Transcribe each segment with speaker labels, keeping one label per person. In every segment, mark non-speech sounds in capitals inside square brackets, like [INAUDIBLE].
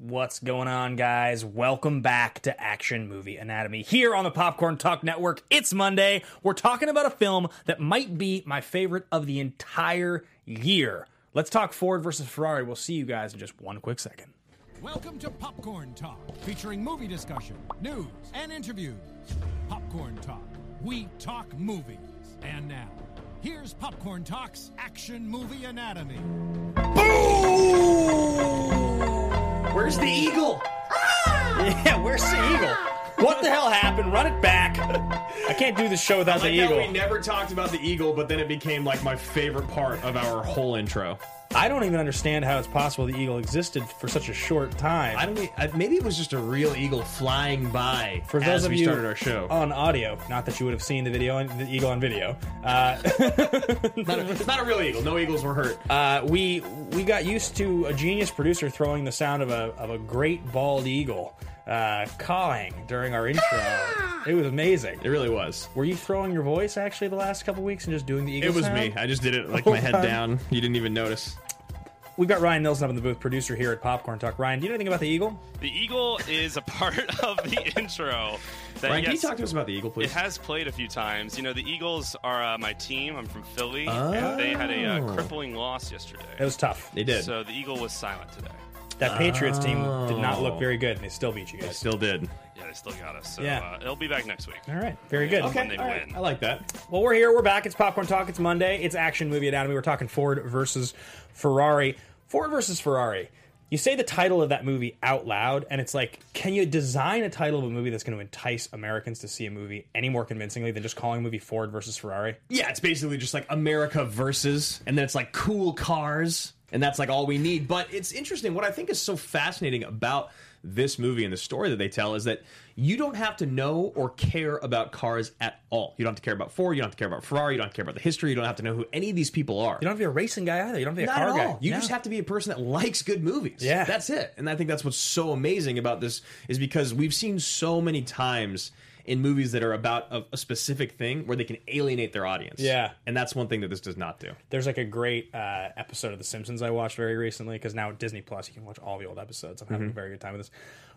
Speaker 1: What's going on, guys? Welcome back to Action Movie Anatomy here on the Popcorn Talk Network. It's Monday. We're talking about a film that might be my favorite of the entire year. Let's talk Ford versus Ferrari. We'll see you guys in just one quick second.
Speaker 2: Welcome to Popcorn Talk, featuring movie discussion, news, and interviews. Popcorn Talk, we talk movies. And now, here's Popcorn Talk's Action Movie Anatomy.
Speaker 1: Where's the eagle? [LAUGHS] Yeah, where's the eagle? What the hell happened? Run it back. I can't do this show without the
Speaker 3: Like how we
Speaker 1: eagle.
Speaker 3: never talked about the eagle, but then it became like my favorite part of our whole intro.
Speaker 1: I don't even understand how it's possible the eagle existed for such a short time.
Speaker 3: I don't. e- I, maybe it was just a real eagle flying by
Speaker 1: for those
Speaker 3: as
Speaker 1: of
Speaker 3: we
Speaker 1: you
Speaker 3: started our show.
Speaker 1: on audio, not that you would have seen the video, the eagle on video. Uh,
Speaker 3: not a, it's not a real eagle. No eagles were hurt.
Speaker 1: Uh, we we got used to a genius producer throwing the sound of a of a great bald eagle uh, cawing during our intro. It was amazing.
Speaker 3: it really was.
Speaker 1: Were you throwing your voice actually the last couple weeks and just doing the eagle?
Speaker 3: It was
Speaker 1: sound?
Speaker 3: me. I just did it like
Speaker 1: Oh,
Speaker 3: my head
Speaker 1: God.
Speaker 3: down. You didn't even notice.
Speaker 1: We've got Ryan Nelson up in the booth, producer here at Popcorn Talk. Ryan, do you know anything about the eagle?
Speaker 4: The eagle is a [LAUGHS] part of the intro. That,
Speaker 3: Ryan, can you
Speaker 4: yes,
Speaker 3: talk to us about the eagle,
Speaker 4: It
Speaker 3: please?
Speaker 4: has played a few times. You know, the Eagles are uh, my team. I'm from Philly, and they had a
Speaker 3: Oh.
Speaker 4: uh, crippling loss yesterday.
Speaker 1: It was tough.
Speaker 3: They did.
Speaker 4: So the Eagle was silent today.
Speaker 1: That Patriots team did not look
Speaker 3: Oh.
Speaker 1: very good, and they still beat you guys.
Speaker 3: Still did.
Speaker 4: Yeah, they still got us. So
Speaker 1: Yeah.
Speaker 4: uh, it'll be back next week.
Speaker 1: All right, very good.
Speaker 4: Okay.
Speaker 3: Okay.
Speaker 4: When they
Speaker 3: all right.
Speaker 4: win.
Speaker 3: I like that.
Speaker 1: Well, we're here. We're back. It's Popcorn Talk. It's Monday. It's Action Movie Anatomy. We're talking Ford versus Ferrari. Ford versus Ferrari. You say the title of that movie out loud, and it's like, can you design a title of a movie that's going to entice Americans to see a movie any more convincingly than just calling a movie Ford versus Ferrari?
Speaker 3: Yeah, it's basically just like America versus, and then it's like cool cars, and that's like all we need. But it's interesting. What I think is so fascinating about this movie and the story that they tell is that you don't have to know or care about cars at all. You don't have to care about Ford. You don't have to care about Ferrari. You don't have to care about the history. You don't have to know who any of these people are.
Speaker 1: You don't have to be a racing guy either. You don't have to be a
Speaker 3: Not
Speaker 1: car
Speaker 3: at all.
Speaker 1: guy.
Speaker 3: You
Speaker 1: No.
Speaker 3: just have to be a person that likes good movies.
Speaker 1: Yeah.
Speaker 3: that's it. And I think that's what's so amazing about this is because we've seen so many times in movies that are about a, a specific thing where they can alienate their audience.
Speaker 1: Yeah.
Speaker 3: and that's one thing that this does not do.
Speaker 1: There's like a great uh, episode of The Simpsons I watched very recently because now at Disney Plus you can watch all the old episodes. I'm having a very good time with this.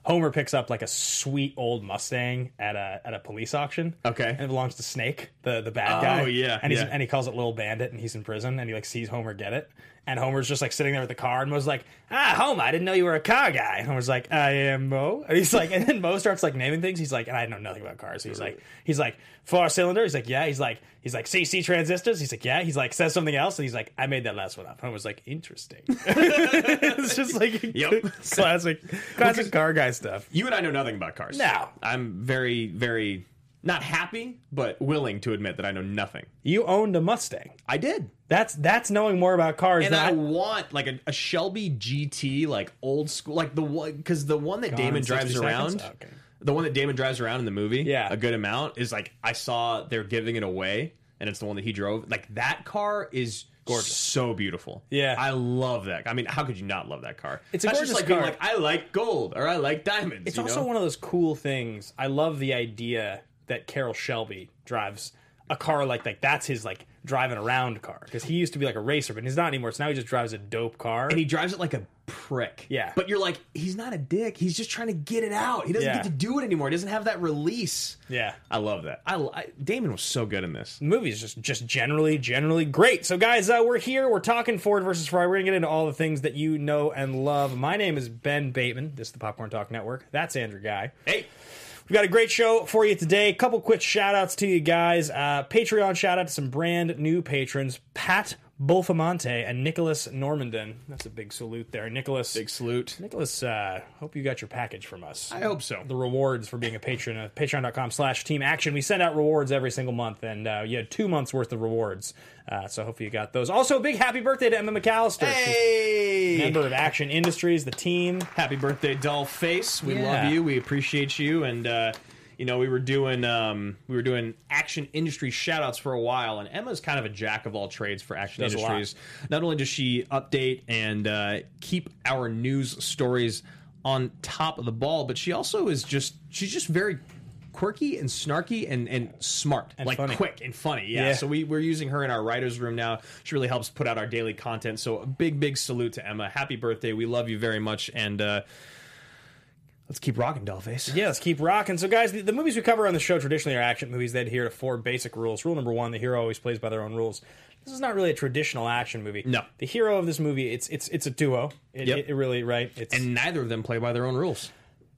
Speaker 1: Homer picks up like a sweet old Mustang at a at a police auction.
Speaker 3: Okay.
Speaker 1: and it belongs to Snake, the the bad
Speaker 3: Oh,
Speaker 1: guy.
Speaker 3: yeah,
Speaker 1: and he's
Speaker 3: yeah.
Speaker 1: and he calls it Little Bandit, and he's in prison, and he like sees Homer get it, and Homer's just like sitting there with the car, and Mo's like, Ah, Homer, I didn't know you were a car guy. And Homer's like, I am Mo, and he's like, and then Mo starts like naming things. He's like, and I know nothing about cars. He's like, he's like four cylinder. He's like, yeah. He's like, he's like CC transistors. He's like, yeah. He's like says something else, and he's like, I made that last one up. Homer's like, interesting. [LAUGHS] it's just like
Speaker 3: Yep.
Speaker 1: [LAUGHS] classic, classic car guy stuff.
Speaker 3: You and I know nothing about cars.
Speaker 1: No.
Speaker 3: I'm very, very not happy, but willing to admit that I know nothing.
Speaker 1: You owned a Mustang.
Speaker 3: I did.
Speaker 1: That's that's knowing more about cars
Speaker 3: And
Speaker 1: than
Speaker 3: I
Speaker 1: I
Speaker 3: want like a, a Shelby GT, like old school, like the one because the one that Damon
Speaker 1: in 60
Speaker 3: drives
Speaker 1: seconds?
Speaker 3: around,
Speaker 1: Okay.
Speaker 3: the one that Damon drives around in the movie,
Speaker 1: Yeah.
Speaker 3: a good amount is like I saw they're giving it away, and it's the one that he drove. Like that car is gorgeous, so beautiful.
Speaker 1: Yeah.
Speaker 3: I love that. I mean, how could you not love that car?
Speaker 1: It's a
Speaker 3: That's
Speaker 1: gorgeous
Speaker 3: just like being
Speaker 1: car.
Speaker 3: like I like gold or I like diamonds.
Speaker 1: It's also one of those cool things. I love the idea that Carol Shelby drives a car like like that's his like driving around car because he used to be like a racer, but he's not anymore. So now he just drives a dope car.
Speaker 3: and he drives it like a prick.
Speaker 1: Yeah.
Speaker 3: But you're like, he's not a dick. He's just trying to get it out. He doesn't
Speaker 1: Yeah.
Speaker 3: get to do it anymore. He doesn't have that release.
Speaker 1: Yeah.
Speaker 3: I love that. I, I Damon was so good in this.
Speaker 1: the movie is just just generally generally great. So guys, uh, we're here. We're talking Ford versus Ferrari. We're gonna get into all the things that you know and love. My name is Ben Bateman. This is the Popcorn Talk Network. That's Andrew Guy.
Speaker 3: Hey,
Speaker 1: We've got a great show for you today. couple quick shout outs to you guys. Uh, Patreon shout out to some brand new patrons Pat Bulfamonte and Nicholas Normandin. That's a big salute there. Nicholas.
Speaker 3: big salute.
Speaker 1: Nicholas, uh, hope you got your package from us.
Speaker 3: I hope so.
Speaker 1: The rewards for being a patron at patreon.com slash team action. We send out rewards every single month, and uh, you had two months worth of rewards. Uh, so hopefully you got those. Also, big happy birthday to Emma McAllister. She's
Speaker 3: Hey,
Speaker 1: a member of Action Industries, the team.
Speaker 3: happy birthday, doll face. We
Speaker 1: Yeah.
Speaker 3: love you. We appreciate you. And uh, you know, we were doing um, we were doing action industry shout outs for a while, and Emma's kind of a jack of all trades for action
Speaker 1: does a lot.
Speaker 3: industries. Not only does she update and uh, keep our news stories on top of the ball, but she also is just she's just very quirky and snarky and and smart, like
Speaker 1: funny.
Speaker 3: quick and funny. Yeah.
Speaker 1: Yeah.
Speaker 3: So we we're using her in our writers room now. She really helps put out our daily content. So a big big salute to Emma. Happy birthday. We love you very much, and uh, let's keep rocking, Dollface.
Speaker 1: Yeah, let's keep rocking. So, guys, the, the movies we cover on the show traditionally are action movies that adhere to four basic rules. Rule number one: the hero always plays by their own rules. This is not really a traditional action movie.
Speaker 3: No.
Speaker 1: the hero of this movie it's it's it's a duo. It,
Speaker 3: Yep.
Speaker 1: it, it really right. It's
Speaker 3: And neither of them play by their own rules.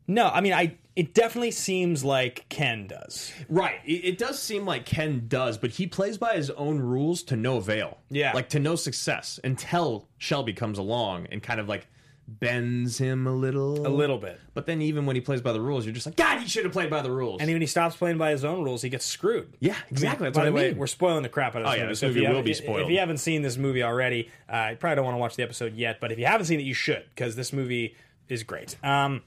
Speaker 1: no, I mean, I it definitely seems like Ken does.
Speaker 3: Right. It, it does seem like Ken does, but he plays by his own rules to no avail.
Speaker 1: Yeah.
Speaker 3: Like to no success until Shelby comes along and kind of like bends him a little.
Speaker 1: A little bit.
Speaker 3: But then even when he plays by the rules, you're just like, God, he should have played by the rules.
Speaker 1: And when he stops playing by his own rules, he gets screwed.
Speaker 3: Yeah, exactly. That's
Speaker 1: By the
Speaker 3: what I
Speaker 1: way,
Speaker 3: mean.
Speaker 1: we're spoiling the crap out of this
Speaker 3: Oh, yeah,
Speaker 1: movie.
Speaker 3: this
Speaker 1: so if
Speaker 3: movie
Speaker 1: you
Speaker 3: will
Speaker 1: haven't-
Speaker 3: be
Speaker 1: if- If
Speaker 3: spoiled.
Speaker 1: you haven't seen this movie already, uh, you probably don't want to watch the episode yet. But if you haven't seen it, you should because this movie is great. Um,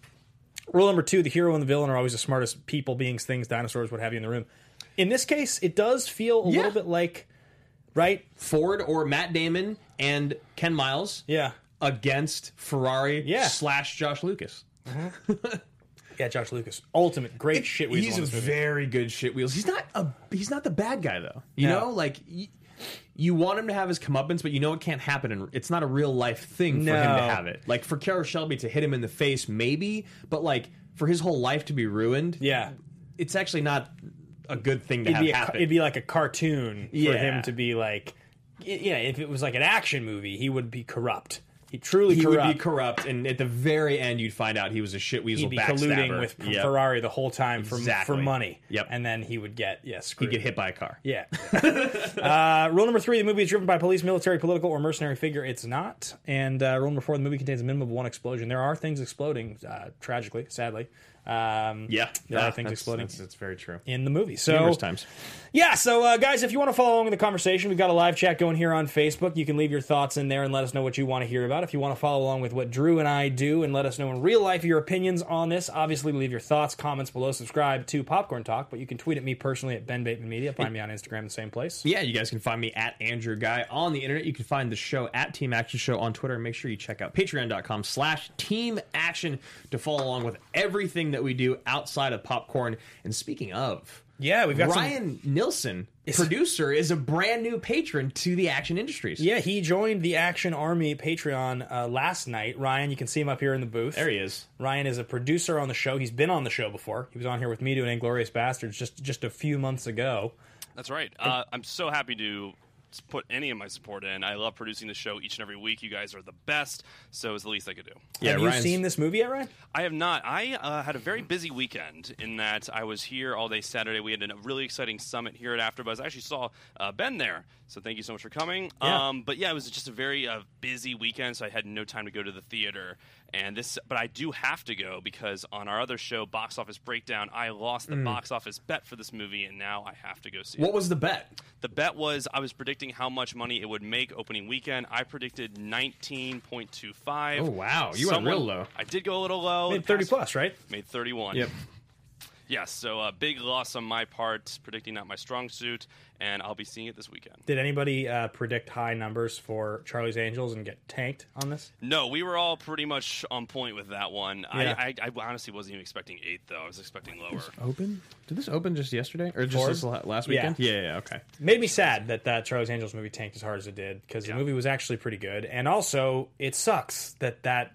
Speaker 1: rule number two: the hero and the villain are always the smartest people, beings, things, dinosaurs, what have you, in the room. In this case, it does feel a
Speaker 3: Yeah.
Speaker 1: little bit like, right?
Speaker 3: Ford or Matt Damon and Ken Miles
Speaker 1: Yeah,
Speaker 3: against Ferrari
Speaker 1: Yeah.
Speaker 3: slash Josh Lucas.
Speaker 1: yeah. Josh Lucas, ultimate great shit. Weasel
Speaker 3: he's
Speaker 1: in
Speaker 3: a
Speaker 1: this movie.
Speaker 3: very good shit wheels. He's not a he's not the bad guy though. You
Speaker 1: No.
Speaker 3: know, like y- you want him to have his comeuppance, but you know it can't happen, and it's not a real life thing for him to
Speaker 1: No.
Speaker 3: have it. Like for Kara Shelby to hit him in the face, maybe, but like for his whole life to be ruined,
Speaker 1: yeah.
Speaker 3: it's actually not a good thing to
Speaker 1: It'd
Speaker 3: have
Speaker 1: be, a,
Speaker 3: happen.
Speaker 1: it'd be like a cartoon for
Speaker 3: Yeah.
Speaker 1: him to be like, y- yeah. If it was like an action movie, he would be corrupt. He truly
Speaker 3: he
Speaker 1: corrupt.
Speaker 3: would be corrupt, and at the very end, you'd find out he was a shit
Speaker 1: he'd
Speaker 3: weasel.
Speaker 1: be
Speaker 3: backstabber.
Speaker 1: colluding with P-
Speaker 3: Yep.
Speaker 1: Ferrari the whole time for
Speaker 3: Exactly.
Speaker 1: for money.
Speaker 3: Yep.
Speaker 1: And then he would get yeah screwed.
Speaker 3: He'd get hit by a car. [LAUGHS]
Speaker 1: Yeah. uh, rule number three: the movie is driven by police, military, political, or mercenary figure. It's not. And uh, rule number four: the movie contains a minimum of one explosion. There are things exploding, uh, tragically, sadly. Um,
Speaker 3: Yeah,
Speaker 1: there
Speaker 3: Yeah,
Speaker 1: are things
Speaker 3: that's-
Speaker 1: exploding
Speaker 3: That's, that's very true.
Speaker 1: in the movie. So
Speaker 3: Numerous times.
Speaker 1: yeah, so uh, guys, if you want to follow along in the conversation, we've got a live chat going here on Facebook. You can leave your thoughts in there and let us know what you want to hear about. If you want to follow along with what Drew and I do and let us know in real life your opinions on this, obviously leave your thoughts, comments below, subscribe to Popcorn Talk, but you can tweet at me personally at Ben Bateman Media. Find me on Instagram, the same place.
Speaker 3: Yeah, you guys can find me at Andrew Guy on the internet. You can find the show at Team Action Show on Twitter. And make sure you check out patreon.com slash team action to follow along with everything that we do outside of popcorn. And speaking of,
Speaker 1: Yeah, we've got some-
Speaker 3: Ryan Nilsson, producer, is a brand new patron to the action industries.
Speaker 1: Yeah, he joined the Action Army Patreon uh, last night. Ryan, you can see him up here in the booth.
Speaker 3: There he is.
Speaker 1: Ryan is a producer on the show. He's been on the show before. He was on here with me doing Inglorious Bastards just just a few months ago.
Speaker 4: That's right. Uh, I'm so happy to s- put any of my support in. I love producing the show each and every week. You guys are the best, so it's the least I could do.
Speaker 3: Yeah,
Speaker 1: Have
Speaker 3: Ryan's- Oh,
Speaker 1: you seen this movie yet, Ryan?
Speaker 4: I have not. I uh, had a very busy weekend in that I was here all day Saturday. We had a really exciting summit here at AfterBuzz. I actually saw uh, Ben there, so thank you so much for coming.
Speaker 1: Yeah.
Speaker 4: Um, but yeah, it was just a very uh, busy weekend, so I had no time to go to the theater. And this, but I do have to go because on our other show, Box Office Breakdown, I lost the box office bet for this movie, and now I have to go see it.
Speaker 3: Mm. What was the bet?
Speaker 4: The bet was I was predicting how much money it would make opening weekend. I predicted nineteen point two five.
Speaker 3: Oh, wow. You went real low.
Speaker 4: I did go a little low.
Speaker 1: Made
Speaker 4: The
Speaker 1: 30
Speaker 4: past-
Speaker 1: plus, right?
Speaker 4: Made thirty one.
Speaker 3: Yep.
Speaker 4: Yes. So uh, big loss on my part, predicting not my strong suit, and I'll be seeing it this weekend.
Speaker 1: Did anybody uh, predict high numbers for Charlie's Angels and get tanked on this?
Speaker 4: No, we were all pretty much on point with that one.
Speaker 1: Yeah.
Speaker 4: I, I, I honestly wasn't even expecting eight though. I was expecting lower.
Speaker 3: Open? Did this open just yesterday? Or just
Speaker 1: Ford?
Speaker 3: this la- last
Speaker 1: Yeah.
Speaker 3: weekend? Yeah, yeah, yeah, okay.
Speaker 1: Made me sad that that Charlie's Angels movie tanked as hard as it did because the movie was actually pretty good. And also, it sucks that that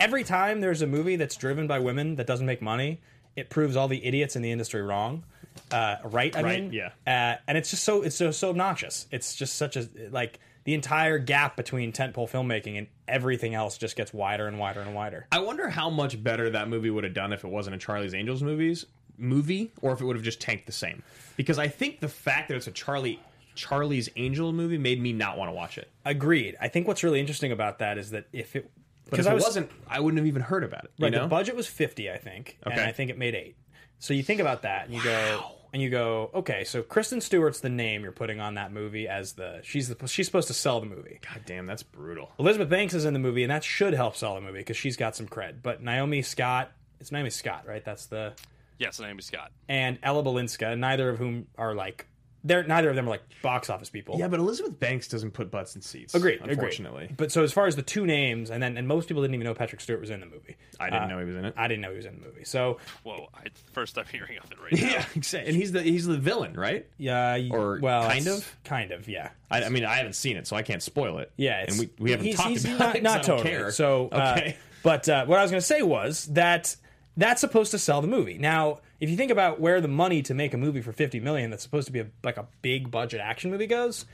Speaker 1: every time there's a movie that's driven by women that doesn't make money, it proves all the idiots in the industry wrong. Uh, right? I
Speaker 3: Right,
Speaker 1: mean,
Speaker 3: yeah.
Speaker 1: Uh, and it's just so it's so, so obnoxious. It's just such a like the entire gap between tentpole filmmaking and everything else just gets wider and wider and wider.
Speaker 3: I wonder how much better that movie would have done if it wasn't a Charlie's Angels movies movie, or if it would have just tanked the same. Because I think the fact that it's a Charlie Charlie's Angel movie made me not want to watch it.
Speaker 1: Agreed. I think what's really interesting about that is that if it
Speaker 3: But if it wasn't, I wouldn't have even heard about it.
Speaker 1: right,
Speaker 3: you know?
Speaker 1: the budget was fifty, I think, and
Speaker 3: Okay.
Speaker 1: I think it made eight. So you think about that, and you go, and you go, okay. So Kristen Stewart's the name you're putting on that movie as the she's the she's supposed to sell the movie.
Speaker 3: God damn, that's brutal.
Speaker 1: Elizabeth Banks is in the movie, and that should help sell the movie because she's got some cred. But Naomi Scott, it's Naomi Scott, right? That's the
Speaker 4: Yes, Naomi Scott.
Speaker 1: and Ella Balinska, neither of whom are like they're neither of them are like box office people.
Speaker 3: Yeah, but Elizabeth Banks doesn't put butts in seats.
Speaker 1: Agreed. agreed.
Speaker 3: Unfortunately,
Speaker 1: But so as far as the two names, and then and most people didn't even know Patrick Stewart was in the movie.
Speaker 3: Uh, I didn't know he was in it. [LAUGHS]
Speaker 1: I didn't know he was in the movie. So
Speaker 4: Whoa, I, first I'm hearing of it
Speaker 1: [LAUGHS]
Speaker 4: right now.
Speaker 3: yeah, exactly. And he's the he's the villain, right?
Speaker 1: yeah, y-
Speaker 3: Or
Speaker 1: well,
Speaker 3: kind
Speaker 1: it's-
Speaker 3: of?
Speaker 1: kind of, yeah,
Speaker 3: I, I mean, I haven't seen it, so I can't spoil it.
Speaker 1: yeah.
Speaker 3: and
Speaker 1: It's,
Speaker 3: we, we haven't
Speaker 1: he's,
Speaker 3: talked
Speaker 1: he's
Speaker 3: about
Speaker 1: not,
Speaker 3: it. 'cause
Speaker 1: Not
Speaker 3: I don't
Speaker 1: totally.
Speaker 3: care.
Speaker 1: So
Speaker 3: okay,
Speaker 1: uh, but uh, what I was going to say was that that's supposed to sell the movie. Now, if you think about where the money to make a movie for fifty million that's supposed to be a, like a big budget action movie goes.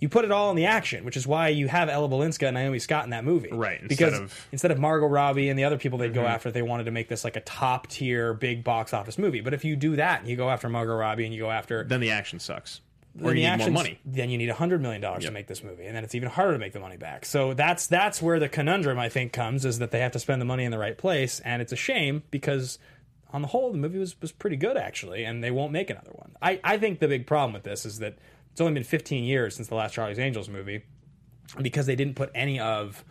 Speaker 1: You put it all in the action, which is why you have Ella Balinska and Naomi Scott in that movie,
Speaker 3: Right, instead
Speaker 1: Because
Speaker 3: of- Mm-hmm.
Speaker 1: instead of Margot Robbie and the other people they'd go after, they wanted to make this like a top tier big box office movie. But if you do that, and you go after Margot Robbie and you go after
Speaker 3: then the action sucks.
Speaker 1: then
Speaker 3: or you
Speaker 1: the
Speaker 3: need
Speaker 1: action's-
Speaker 3: more money.
Speaker 1: Then you need hundred million dollars to make this movie, and then it's even harder to make the money back. So that's that's where the conundrum I think comes is that they have to spend the money in the right place, and it's a shame because on the whole the movie was, was pretty good actually, and they won't make another one. I, I think the big problem with this is that it's only been fifteen years since the last Charlie's Angels movie because they didn't put any of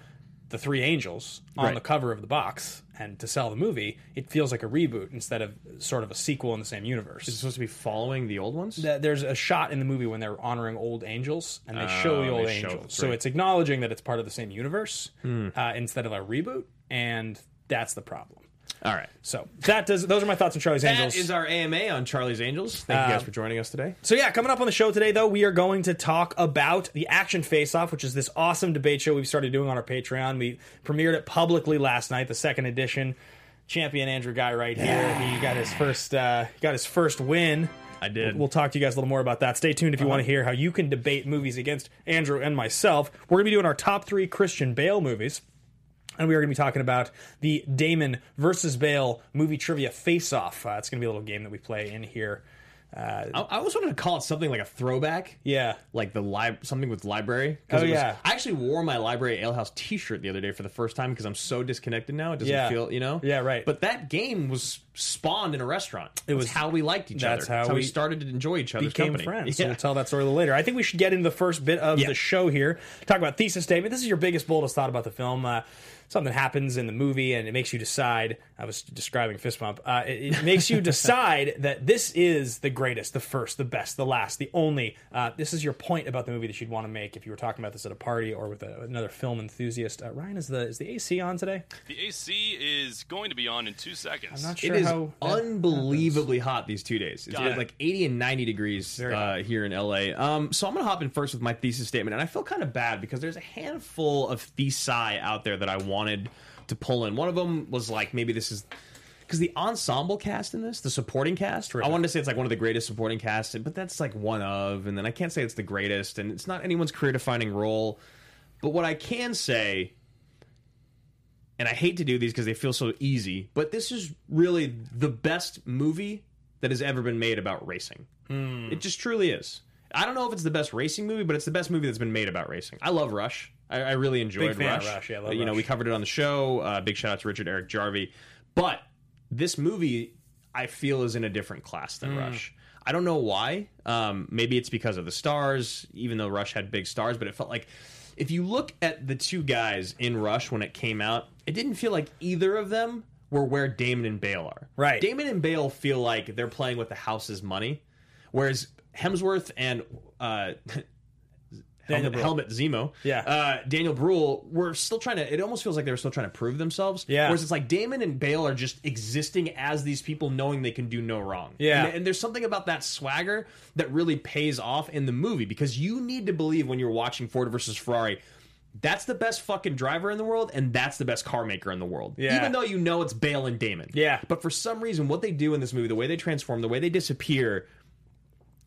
Speaker 1: the three angels on
Speaker 3: Right.
Speaker 1: the cover of the box and to sell the movie it feels like a reboot instead of sort of a sequel in the same universe
Speaker 3: It's supposed to be following the old ones.
Speaker 1: that there's a shot in the movie when they're honoring old angels and they show the
Speaker 3: Oh, they
Speaker 1: old
Speaker 3: show Hmm.
Speaker 1: angels.
Speaker 3: it,
Speaker 1: So
Speaker 3: right.
Speaker 1: it's acknowledging that it's part of the same universe uh, instead of a reboot, and that's the problem.
Speaker 3: All right.
Speaker 1: So that does. Those are my thoughts on Charlie's Angels. Um,
Speaker 3: That is our AMA on Charlie's Angels. Thank you guys for joining us today.
Speaker 1: So yeah, coming up on the show today, though, we are going to talk about the Action Face Off, which is this awesome debate show we've started doing on our Patreon. We premiered it publicly last night, the second edition. Champion Andrew Guy right here. He got his first uh, got his first win.
Speaker 3: I did. Uh-huh.
Speaker 1: We'll, we'll talk to you guys a little more about that. Stay tuned if you want to hear how you can debate movies against Andrew and myself. We're gonna be doing our top three Christian Bale movies. And we are going to be talking about the Damon versus Bale movie trivia face off. Uh, it's going to be a little game that we play in here.
Speaker 3: I, I always wanted to call it something like a throwback.
Speaker 1: Yeah.
Speaker 3: Like the lib something with library. 'Cause
Speaker 1: Oh,
Speaker 3: it was-
Speaker 1: yeah.
Speaker 3: I actually wore my library alehouse T-shirt the other day for the first time because I'm so disconnected now. It doesn't
Speaker 1: Yeah.
Speaker 3: feel, you know.
Speaker 1: Yeah, right.
Speaker 3: But that game was spawned in a restaurant. It
Speaker 1: was-
Speaker 3: how we liked each
Speaker 1: that's
Speaker 3: other.
Speaker 1: how
Speaker 3: we,
Speaker 1: we
Speaker 3: started to enjoy each other's
Speaker 1: became
Speaker 3: company.
Speaker 1: friends. So
Speaker 3: Yeah.
Speaker 1: we'll tell that story a little later. I think we should get into the first bit of
Speaker 3: Yeah.
Speaker 1: the show here. Talk about thesis statement. This is your biggest, boldest thought about the film. Uh, something happens in the movie and it makes you decide. I was describing fist bump. Uh, it,
Speaker 3: [LAUGHS]
Speaker 1: it makes you decide that this is the greatest, the first, the best, the last, the only. Uh, this is your point about the movie that you'd want to make if you were talking about this at a party or with a, another film enthusiast. Uh, Ryan, is the is the AC on today?
Speaker 4: The AC is going to be on in two seconds.
Speaker 1: I'm not
Speaker 3: It
Speaker 1: sure
Speaker 3: is
Speaker 1: how.
Speaker 3: unbelievably hot these two days. It's
Speaker 4: Got it.
Speaker 3: like 80 and 90 degrees uh, here in LA. Um, so I'm going to hop in first with my thesis statement. And I feel kind of bad because there's a handful of thesi out there that I wanted to pull in. One of them was like, maybe this is. Because the ensemble cast in this, the supporting cast, I wanted to say it's like one of the greatest supporting casts, but that's like one of, and then I can't say it's the greatest, and it's not anyone's career defining role. But what I can say and I hate to do these because they feel so easy, but this is really the best movie that has ever been made about racing.
Speaker 1: Hmm.
Speaker 3: It just truly is. I don't know if it's the best racing movie, but it's the best movie that's been made about racing. I love Rush. I, I really enjoyed
Speaker 1: Big fan of
Speaker 3: Rush.
Speaker 1: Rush, yeah, I love
Speaker 3: Uh, you know,
Speaker 1: Rush.
Speaker 3: we covered it on the show. Uh, big shout out to Richard Eric Jarvie. But this movie, I feel, is in a different class
Speaker 1: Hmm.
Speaker 3: than Rush. I don't know why. Um, maybe it's because of the stars, even though Rush had big stars, but it felt like if you look at the two guys in Rush when it came out, it didn't feel like either of them were where Damon and Bale are.
Speaker 1: Right.
Speaker 3: Damon and Bale feel like they're playing with the house's money, whereas Hemsworth and uh, [LAUGHS]
Speaker 1: Daniel
Speaker 3: Helmet,
Speaker 1: Brühl.
Speaker 3: Helmet Zemo,
Speaker 1: Yeah.
Speaker 3: uh, Daniel Bruhl were still trying to. It almost feels like they were still trying to prove themselves.
Speaker 1: Yeah.
Speaker 3: Whereas it's like Damon and Bale are just existing as these people, knowing they can do no wrong.
Speaker 1: Yeah.
Speaker 3: And, and there's something about that swagger that really pays off in the movie because you need to believe when you're watching Ford versus Ferrari. That's the best fucking driver in the world, and that's the best car maker in the world.
Speaker 1: Yeah.
Speaker 3: Even though you know it's Bale and Damon.
Speaker 1: Yeah.
Speaker 3: But for some reason, what they do in this movie, the way they transform, the way they disappear,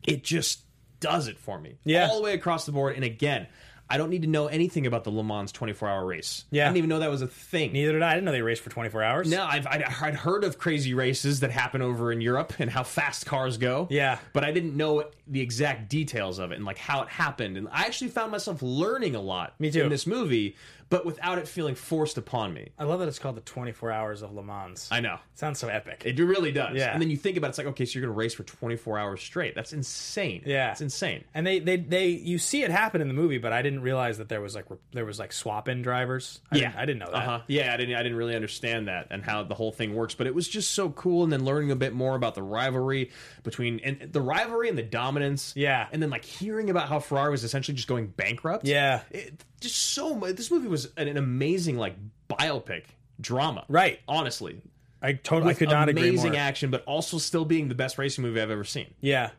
Speaker 3: it just does it for me.
Speaker 1: Yeah.
Speaker 3: All the way across the board. And again, I don't need to know anything about the Le Mans 24 hour race.
Speaker 1: Yeah.
Speaker 3: I didn't even know that was a thing.
Speaker 1: Neither did I. I didn't know they raced for 24 hours.
Speaker 3: No, I've, I'd, I'd heard of crazy races that happen over in Europe and how fast cars go.
Speaker 1: Yeah.
Speaker 3: But I didn't know the exact details of it and like how it happened. And I actually found myself learning a lot
Speaker 1: Me too.
Speaker 3: in this movie, but without it feeling forced upon me.
Speaker 1: I love that it's called the 24 Hours of Le Mans.
Speaker 3: I know.
Speaker 1: Sounds so epic.
Speaker 3: It really does.
Speaker 1: Yeah.
Speaker 3: And then you think about it, it's like, okay, so you're going to race for 24 hours straight. That's insane.
Speaker 1: Yeah.
Speaker 3: It's insane.
Speaker 1: and they, they, they, you see it happen in the movie, but I didn't didn't realize that there was like re- there was like swap in drivers. I didn't, I didn't know that.
Speaker 3: Uh-huh. Yeah, I didn't. I didn't really understand that and how the whole thing works. But it was just so cool. And then learning a bit more about the rivalry between and the rivalry and the dominance.
Speaker 1: Yeah.
Speaker 3: And then like hearing about how Ferrari was essentially just going bankrupt.
Speaker 1: Yeah.
Speaker 3: It, just so much. This movie was an, an amazing like biopic drama.
Speaker 1: Right.
Speaker 3: Honestly.
Speaker 1: I totally could not
Speaker 3: amazing
Speaker 1: agree more.
Speaker 3: action, but also still being the best racing movie I've ever seen.
Speaker 1: Yeah.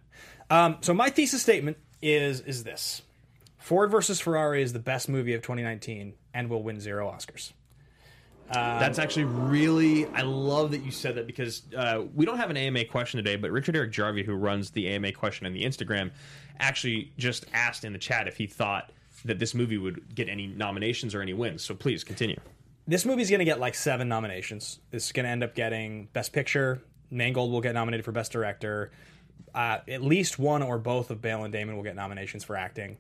Speaker 1: Um, so my thesis statement is is this: Ford versus Ferrari is the best movie of 2019 and will win zero Oscars.
Speaker 3: That's actually really. I love that you said that because uh, we don't have an AMA question today, but Richard Eric Jarvie, who runs the AMA question and the Instagram, actually just asked in the chat if he thought that this movie would get any nominations or any wins. So please continue.
Speaker 1: This movie's going to get like seven nominations. It's going to end up getting Best Picture. Mangold will get nominated for Best Director. Uh, at least one or both of Bale and Damon will get nominations for acting.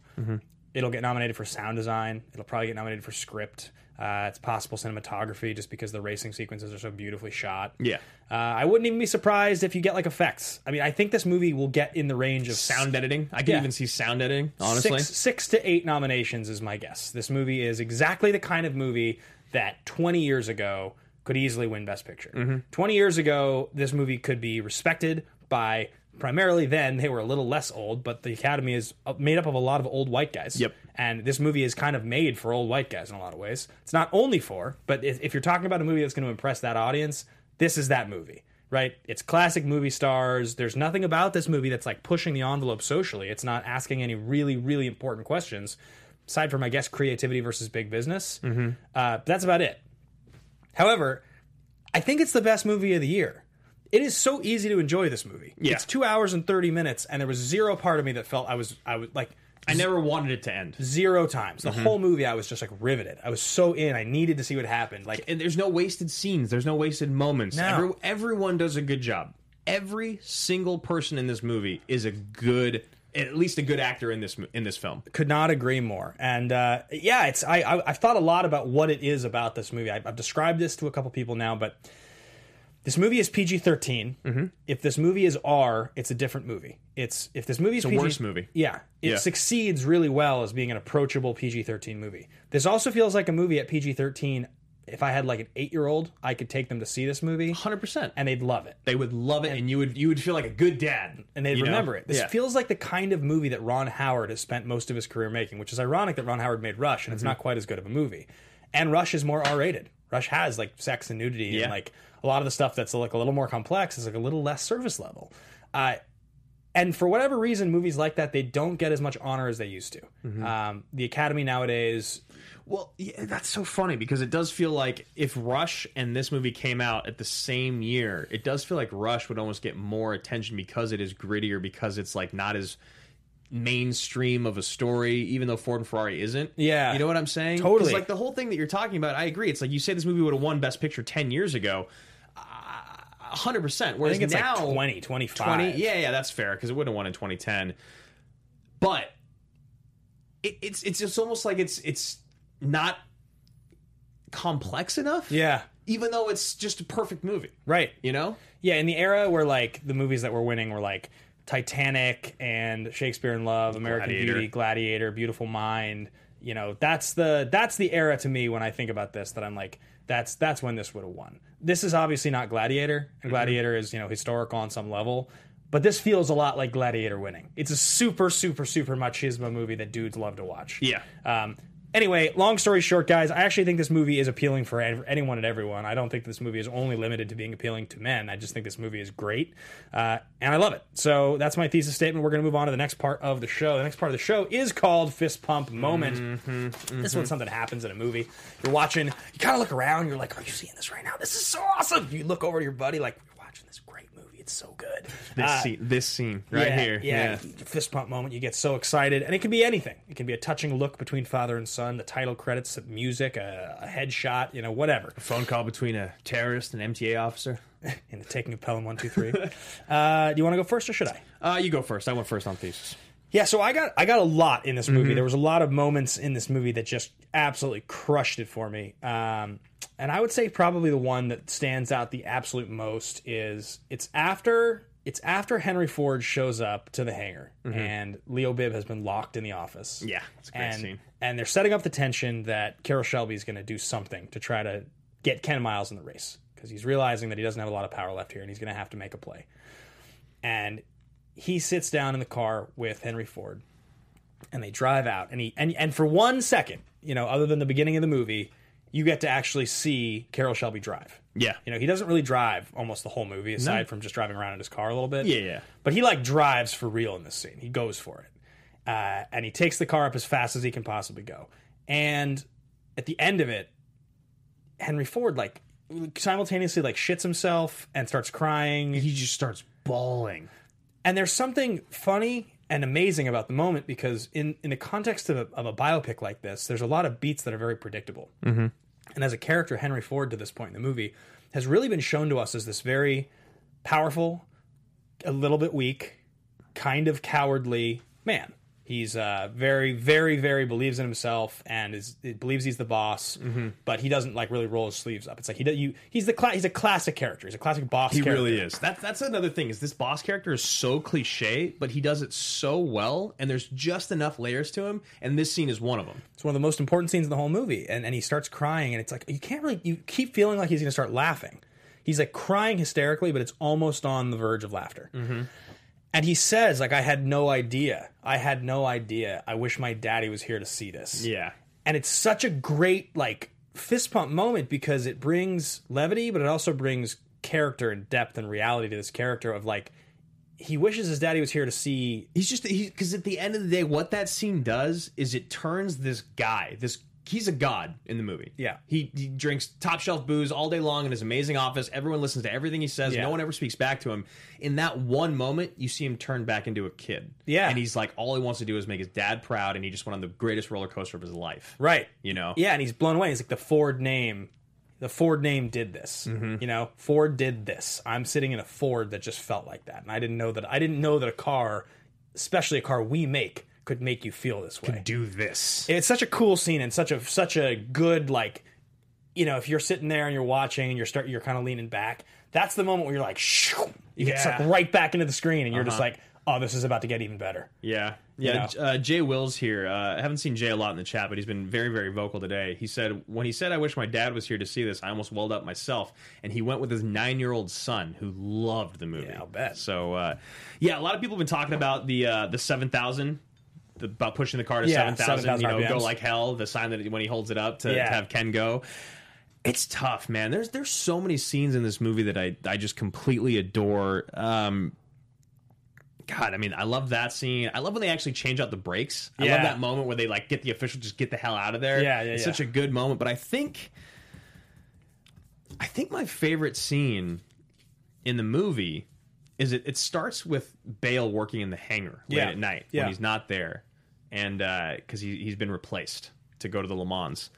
Speaker 1: It'll get nominated for sound design. It'll probably get nominated for script. Uh, it's possible cinematography just because the racing sequences are so beautifully shot.
Speaker 3: Yeah.
Speaker 1: Uh, I wouldn't even be surprised if you get like effects. I mean, I think this movie will get in the range of
Speaker 3: Sound editing. I can
Speaker 1: Yeah.
Speaker 3: even see sound editing. Honestly,
Speaker 1: Six, six to eight nominations is my guess. This movie is exactly the kind of movie that 20 years ago could easily win Best Picture.
Speaker 3: Mm-hmm.
Speaker 1: 20 years ago, this movie could be respected by primarily then they were a little less old, but the Academy is uh, made up of a lot of old white guys.
Speaker 3: Yep.
Speaker 1: And this movie is kind of made for old white guys in a lot of ways. It's not only for, but if, if you're talking about a movie that's going to impress that audience, this is that movie, right? It's classic movie stars. There's nothing about this movie that's like pushing the envelope socially. It's not asking any really, really important questions, aside from, I guess, creativity versus big business. Uh, but that's about it. However, I think it's the best movie of the year. It is so easy to enjoy this movie.
Speaker 3: Yeah.
Speaker 1: It's two hours and thirty minutes, and there was zero part of me that felt I was I was like
Speaker 3: I never wanted it to end.
Speaker 1: zero times.
Speaker 3: Mm-hmm.
Speaker 1: The whole movie, I was just like riveted. I was so in. I needed to see what happened. Like,
Speaker 3: And there's no wasted scenes. There's no wasted moments.
Speaker 1: No.
Speaker 3: Every- everyone does a good job. Every single person in this movie is a good, at least a good actor in this mo- in this film.
Speaker 1: could not agree more. And uh, yeah, it's I, I I've thought a lot about what it is about this movie. I, I've described this to a couple people now, but this movie is PG 13
Speaker 3: Mm-hmm.
Speaker 1: If this movie is R, it's a different movie. It's if this movie is
Speaker 3: a
Speaker 1: PG,
Speaker 3: worse movie.
Speaker 1: Yeah, it
Speaker 3: Yeah.
Speaker 1: succeeds really well as being an approachable PG thirteen movie. This also feels like a movie at PG thirteen. If I had like an eight year old, I could take them to see this movie,
Speaker 3: Hundred percent.
Speaker 1: and they'd love it.
Speaker 3: they would love it, and, you would you would feel like a good dad,
Speaker 1: and they
Speaker 3: you know?
Speaker 1: remember it. This
Speaker 3: yeah.
Speaker 1: feels like the kind of movie that Ron Howard has spent most of his career making, which is ironic that Ron Howard made Rush, and
Speaker 3: Mm-hmm.
Speaker 1: it's not quite as good of a movie. And Rush is more R-rated. Rush has like sex and nudity,
Speaker 3: Yeah.
Speaker 1: and like a lot of the stuff that's like a little more complex is like a little less surface level. Uh, and for whatever reason, movies like that they don't get as much honor as they used to.
Speaker 3: Mm-hmm.
Speaker 1: Um, the Academy nowadays,
Speaker 3: well, yeah, that's so funny because it does feel like if Rush and this movie came out at the same year, it does feel like Rush would almost get more attention because it is grittier, because it's like not as mainstream of a story, even though Ford and Ferrari isn't.
Speaker 1: Yeah.
Speaker 3: you know what I'm saying? 'Cause,
Speaker 1: Totally.
Speaker 3: Like the whole thing that you're talking about, I agree. It's like you say this movie would have won Best Picture ten years ago. Uh, Hundred percent.
Speaker 1: I
Speaker 3: Whereas
Speaker 1: think it's
Speaker 3: now,
Speaker 1: like 20, 25.
Speaker 3: 20 yeah yeah that's fair because it wouldn't have won in 2010 but it, it's it's just almost like it's it's not complex enough
Speaker 1: yeah,
Speaker 3: even though it's just a perfect movie
Speaker 1: right.
Speaker 3: you know
Speaker 1: Yeah, in the era where like the movies that were winning were like Titanic and Shakespeare in Love, American
Speaker 3: Gladiator.
Speaker 1: Beauty, Gladiator, Beautiful Mind. You know, that's the that's the era to me when I think about this that I'm like, that's that's when this would have won. This is obviously not Gladiator,
Speaker 3: Mm-hmm.
Speaker 1: and Gladiator is you know historical on some level. But this feels a lot like Gladiator winning. It's a super, super, super machismo movie that dudes love to watch.
Speaker 3: Yeah.
Speaker 1: Um, anyway, long story short, guys, I actually think this movie is appealing for ev- anyone and everyone. I don't think this movie is only limited to being appealing to men. I just think this movie is great, uh, and I love it. So that's my thesis statement. We're going to move on to the next part of the show. The next part of the show is called Fist Pump Moment. This is when something happens in a movie. You're watching, you kind of look around, you're like, are you seeing this right now? This is so awesome. You look over to your buddy, like, we're watching this great movie. It's so good.
Speaker 3: this
Speaker 1: Uh,
Speaker 3: scene this scene right
Speaker 1: yeah,
Speaker 3: here
Speaker 1: Yeah, fist pump moment. You get so excited, and it can be anything. It can be a touching look between father and son, the title credits, the music, a, a headshot, you know, whatever.
Speaker 3: phone call between a terrorist and MTA officer
Speaker 1: And the taking of Pelham One Two
Speaker 3: [LAUGHS]
Speaker 1: Three. uh, do you want to go first, or should I?
Speaker 3: uh you go first i went first on thesis
Speaker 1: Yeah, so I got I got a lot in this
Speaker 3: Mm-hmm.
Speaker 1: movie. There was a lot of moments in this movie that just absolutely crushed it for me. Um, and I would say probably the one that stands out the absolute most is it's after It's after Henry Ford shows up to the hangar, and Leo Bibb has been locked in the office.
Speaker 3: Mm-hmm. Yeah, it's a great
Speaker 1: and,
Speaker 3: scene.
Speaker 1: And they're setting up the tension that Carol Shelby is going to do something to try to get Ken Miles in the race because he's realizing that he doesn't have a lot of power left here, and he's going to have to make a play. And he sits down in the car with Henry Ford, and they drive out. And he and and for one second, you know, other than the beginning of the movie, you get to actually see Carol Shelby drive.
Speaker 3: Yeah.
Speaker 1: You know, he doesn't really drive almost the whole movie aside from just driving around in his car a little bit.
Speaker 3: Yeah, yeah.
Speaker 1: But he like drives for real in this scene. He goes for it. Uh, and he takes the car up as fast as he can possibly go. And at the end of it, Henry Ford like simultaneously like shits himself and starts crying
Speaker 3: He just starts bawling.
Speaker 1: and there's something funny and amazing about the moment because in in the context of a, of a biopic like this there's a lot of beats that are very predictable mm-hmm. and as a character henry ford to this point in the movie has really been shown to us as this very powerful a little bit weak kind of cowardly man he's uh, very very very believes in himself and is believes he's the boss
Speaker 3: Mm-hmm.
Speaker 1: but he doesn't like really roll his sleeves up it's like he do, you, he's the cla- he's a classic character he's a classic boss
Speaker 3: He
Speaker 1: character.
Speaker 3: really is. That's that's another thing is this boss character is so cliche, but he does it so well, and there's just enough layers to him, and this scene is one of them.
Speaker 1: It's one of the most important scenes in the whole movie. And, and he starts crying, and it's like, you can't really, you keep feeling like he's going to start laughing. He's like crying hysterically, but it's almost on the verge of laughter. And he says, like, I had no idea. I had no idea. I wish my daddy was here to see this.
Speaker 3: Yeah.
Speaker 1: And it's such a great, like, fist pump moment because it brings levity, but it also brings character and depth and reality to this character of like, he wishes his daddy was here to see
Speaker 3: He's just because at the end of the day, what that scene does is it turns this guy, this he's a god in the movie.
Speaker 1: Yeah.
Speaker 3: he, he drinks top shelf booze all day long in his amazing office. Everyone listens to everything he says.
Speaker 1: Yeah.
Speaker 3: No one ever speaks back to him. In that one moment, you see him turn back into a kid.
Speaker 1: Yeah.
Speaker 3: and he's like, all he wants to do is make his dad proud, and he just went on the greatest roller coaster of his life.
Speaker 1: Right.
Speaker 3: You know?
Speaker 1: Yeah, and he's blown away. He's like, the Ford name, the Ford name did this.
Speaker 3: Mm-hmm.
Speaker 1: You know, Ford did this. I'm sitting in a Ford that just felt like that, and I didn't know that. I didn't know that a car, especially a car we make, could make you feel this way.
Speaker 3: Do this.
Speaker 1: it's such a cool scene and such a such a good like, you know, if you're sitting there and you're watching and you're start you're kind of leaning back. That's the moment where you're like, shoo, you get sucked
Speaker 3: Yeah. Uh-huh.
Speaker 1: right back into the screen, and you're just like, oh, this is about to get even better.
Speaker 3: Yeah. Yeah.
Speaker 1: know?
Speaker 3: Uh, Jay Wills here. Uh, I haven't seen Jay a lot in the chat, but he's been very, very vocal today. He said, When he said, I wish my dad was here to see this, I almost welled up myself. And he went with his nine year old son who loved the movie.
Speaker 1: Yeah, I'll bet.
Speaker 3: So, uh, yeah, a lot of people have been talking about the uh, the 7,000. the- About pushing the car to
Speaker 1: Yeah,
Speaker 3: seven thousand,
Speaker 1: 7,000
Speaker 3: you know, go
Speaker 1: RPMs.
Speaker 3: like hell. The sign that when he holds it up to,
Speaker 1: Yeah.
Speaker 3: to have Ken go, it's tough, man. There's there's so many scenes in this movie that I I just completely adore. Um, God, I mean, I love that scene. I love when they actually change out the brakes. I
Speaker 1: Yeah.
Speaker 3: love that moment where they like get the official, just get the hell out of there.
Speaker 1: Yeah, yeah,
Speaker 3: It's
Speaker 1: yeah.
Speaker 3: such a good moment. But I think, I think my favorite scene in the movie is it. It starts with Bale working in the hangar late
Speaker 1: Yeah.
Speaker 3: at night
Speaker 1: Yeah.
Speaker 3: when he's not there, and because he, he's been replaced to go to the Le Mans,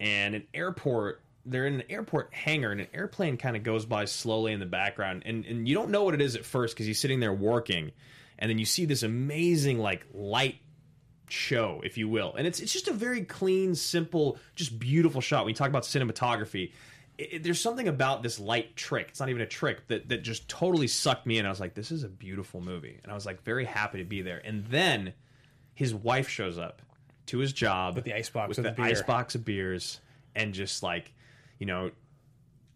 Speaker 3: and an airport. They're in an airport hangar, and an airplane kind of goes by slowly in the background, and and you don't know what it is at first because he's sitting there working, and then you see this amazing like light show, if you will. And it's it's just a very clean, simple, just beautiful shot. When you talk about cinematography, it, it- there's something about this light trick. It's not even a trick that that just totally sucked me in. I was like, this is a beautiful movie, and I was like very happy to be there. And then his wife shows up to his job with
Speaker 1: the ice box
Speaker 3: with
Speaker 1: of
Speaker 3: the,
Speaker 1: beer.
Speaker 3: ice box of beers, and just like you know.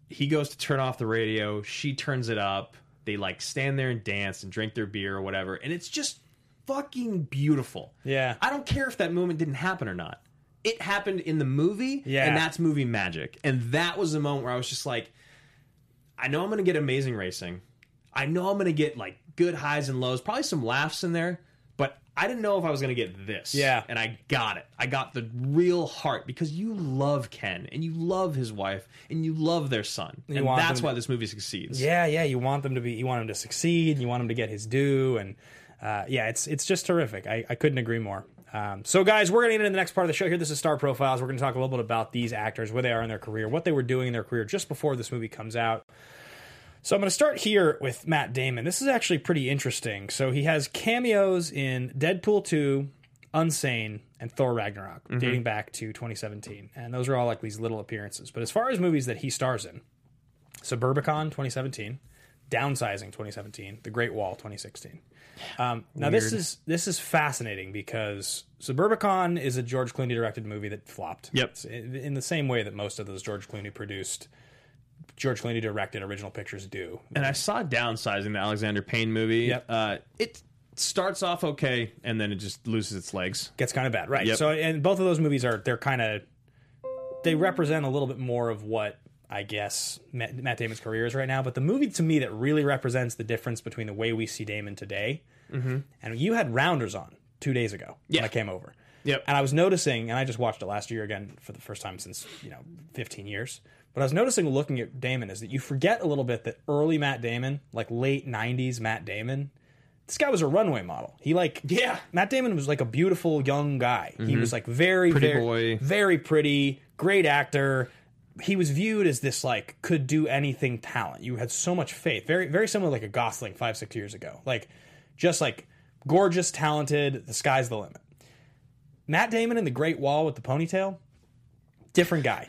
Speaker 3: He goes to turn off the radio. She turns it up. They like stand there and dance and drink their beer or whatever. And it's just fucking beautiful.
Speaker 1: Yeah.
Speaker 3: I don't care if that moment didn't happen or not. It happened in the movie,
Speaker 1: Yeah.
Speaker 3: and that's movie magic. And that was the moment where I was just like, I know I'm going to get amazing racing. I know I'm going to get like good highs and lows, probably some laughs in there, but I didn't know if I was going to get this.
Speaker 1: Yeah.
Speaker 3: And I got it. I got the real heart because you love Ken and you love his wife and you love their son. and
Speaker 1: want
Speaker 3: that's
Speaker 1: them to-
Speaker 3: why this movie succeeds.
Speaker 1: Yeah, yeah. You want them to be. You want him to succeed. You want him to get his due. And uh, yeah, it's it's just terrific. I, I couldn't agree more. Um, so guys, we're gonna get into the next part of the show here. This is Star Profiles. We're gonna talk a little bit about these actors, where they are in their career, what they were doing in their career just before this movie comes out. So I'm going to start here with Matt Damon. This is actually pretty interesting. So he has cameos in Deadpool 2, Unsane, and Thor Ragnarok, dating back to 2017. And those are all like these little appearances. But as far as movies that he stars in, Suburbicon 2017, Downsizing 2017, The Great Wall 2016. Um, now this is this is fascinating because Suburbicon is a George Clooney directed movie that flopped.
Speaker 3: Yep.
Speaker 1: It's in in the same way that most of those George Clooney produced, George Clooney directed original pictures do.
Speaker 3: And I saw downsizing the Alexander Payne movie.
Speaker 1: Yep.
Speaker 3: Uh, it starts off okay, and then it just loses its legs.
Speaker 1: gets kind of bad, right?
Speaker 3: Yep.
Speaker 1: So, and both of those movies are they're kind of they represent a little bit more of what I guess Matt, Matt Damon's career is right now. But the movie to me that really represents the difference between the way we see Damon today and you had Rounders on two days ago
Speaker 3: Yeah.
Speaker 1: when I came over.
Speaker 3: Yep.
Speaker 1: And I was noticing, and I just watched it last year again for the first time since you know 15 years. But I was noticing looking at Damon is that you forget a little bit that early Matt Damon, like late 90s Matt Damon, this guy was a runway model. He like
Speaker 3: Yeah. Mm-hmm.
Speaker 1: Matt Damon was like a beautiful young guy. He was like very
Speaker 3: Pretty
Speaker 1: very,
Speaker 3: boy.
Speaker 1: very pretty, great actor. He was viewed as this like could do anything talent. You had so much faith. Very very similar like a Gosling five six years ago. Like just like gorgeous, talented. The sky's the limit. Matt Damon in the Great Wall with the ponytail, different guy.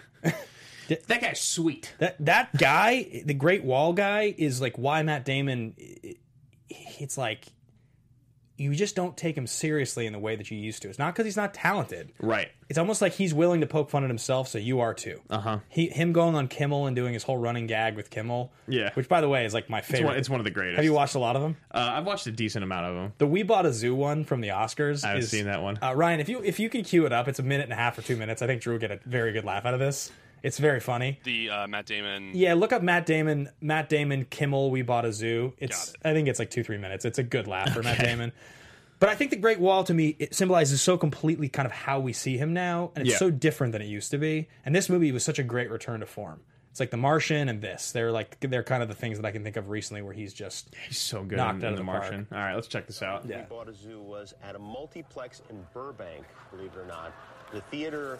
Speaker 3: That guy's sweet.
Speaker 1: That that guy, the Great Wall guy, is like why Matt Damon. i- i- It's like you just don't take him seriously in the way that you used to. It's not because he's not talented.
Speaker 3: Right.
Speaker 1: It's almost like he's willing to poke fun at himself, so you are too. Uh
Speaker 3: Uh-huh.
Speaker 1: huh. He him going on Kimmel and doing his whole running gag with Kimmel.
Speaker 3: Yeah.
Speaker 1: Which, by the way, is like my
Speaker 3: It's
Speaker 1: favorite.
Speaker 3: one, it's one of the greatest.
Speaker 1: Have you watched a lot of them?
Speaker 3: Uh, I've watched a decent amount of them.
Speaker 1: The We Bought a Zoo one from the Oscars.
Speaker 3: I've
Speaker 1: is-
Speaker 3: seen that one.
Speaker 1: Uh, Ryan, if you if you can cue it up, it's a minute and a half or two minutes. I think Drew will get a very good laugh out of this. It's very funny.
Speaker 4: The uh, Matt Damon.
Speaker 1: Yeah, look up Matt Damon. Matt Damon Kimmel. We bought a zoo. It's
Speaker 4: Got it.
Speaker 1: I think it's like two three minutes. It's a good laugh for Matt Damon. But I think the Great Wall to me it symbolizes so completely kind of how we see him now, and it's
Speaker 3: Yeah.
Speaker 1: so different than it used to be. And this movie was such a great return to form. It's like The Martian and this. They're like they're kind of the things that I can think of recently where he's just
Speaker 3: He's so good
Speaker 1: Knocked
Speaker 3: in,
Speaker 1: out
Speaker 3: in
Speaker 1: of
Speaker 3: The
Speaker 1: the park.
Speaker 3: Martian. All right, let's check this out.
Speaker 1: Yeah.
Speaker 5: we bought a zoo was at a multiplex in Burbank, believe it or not. The theater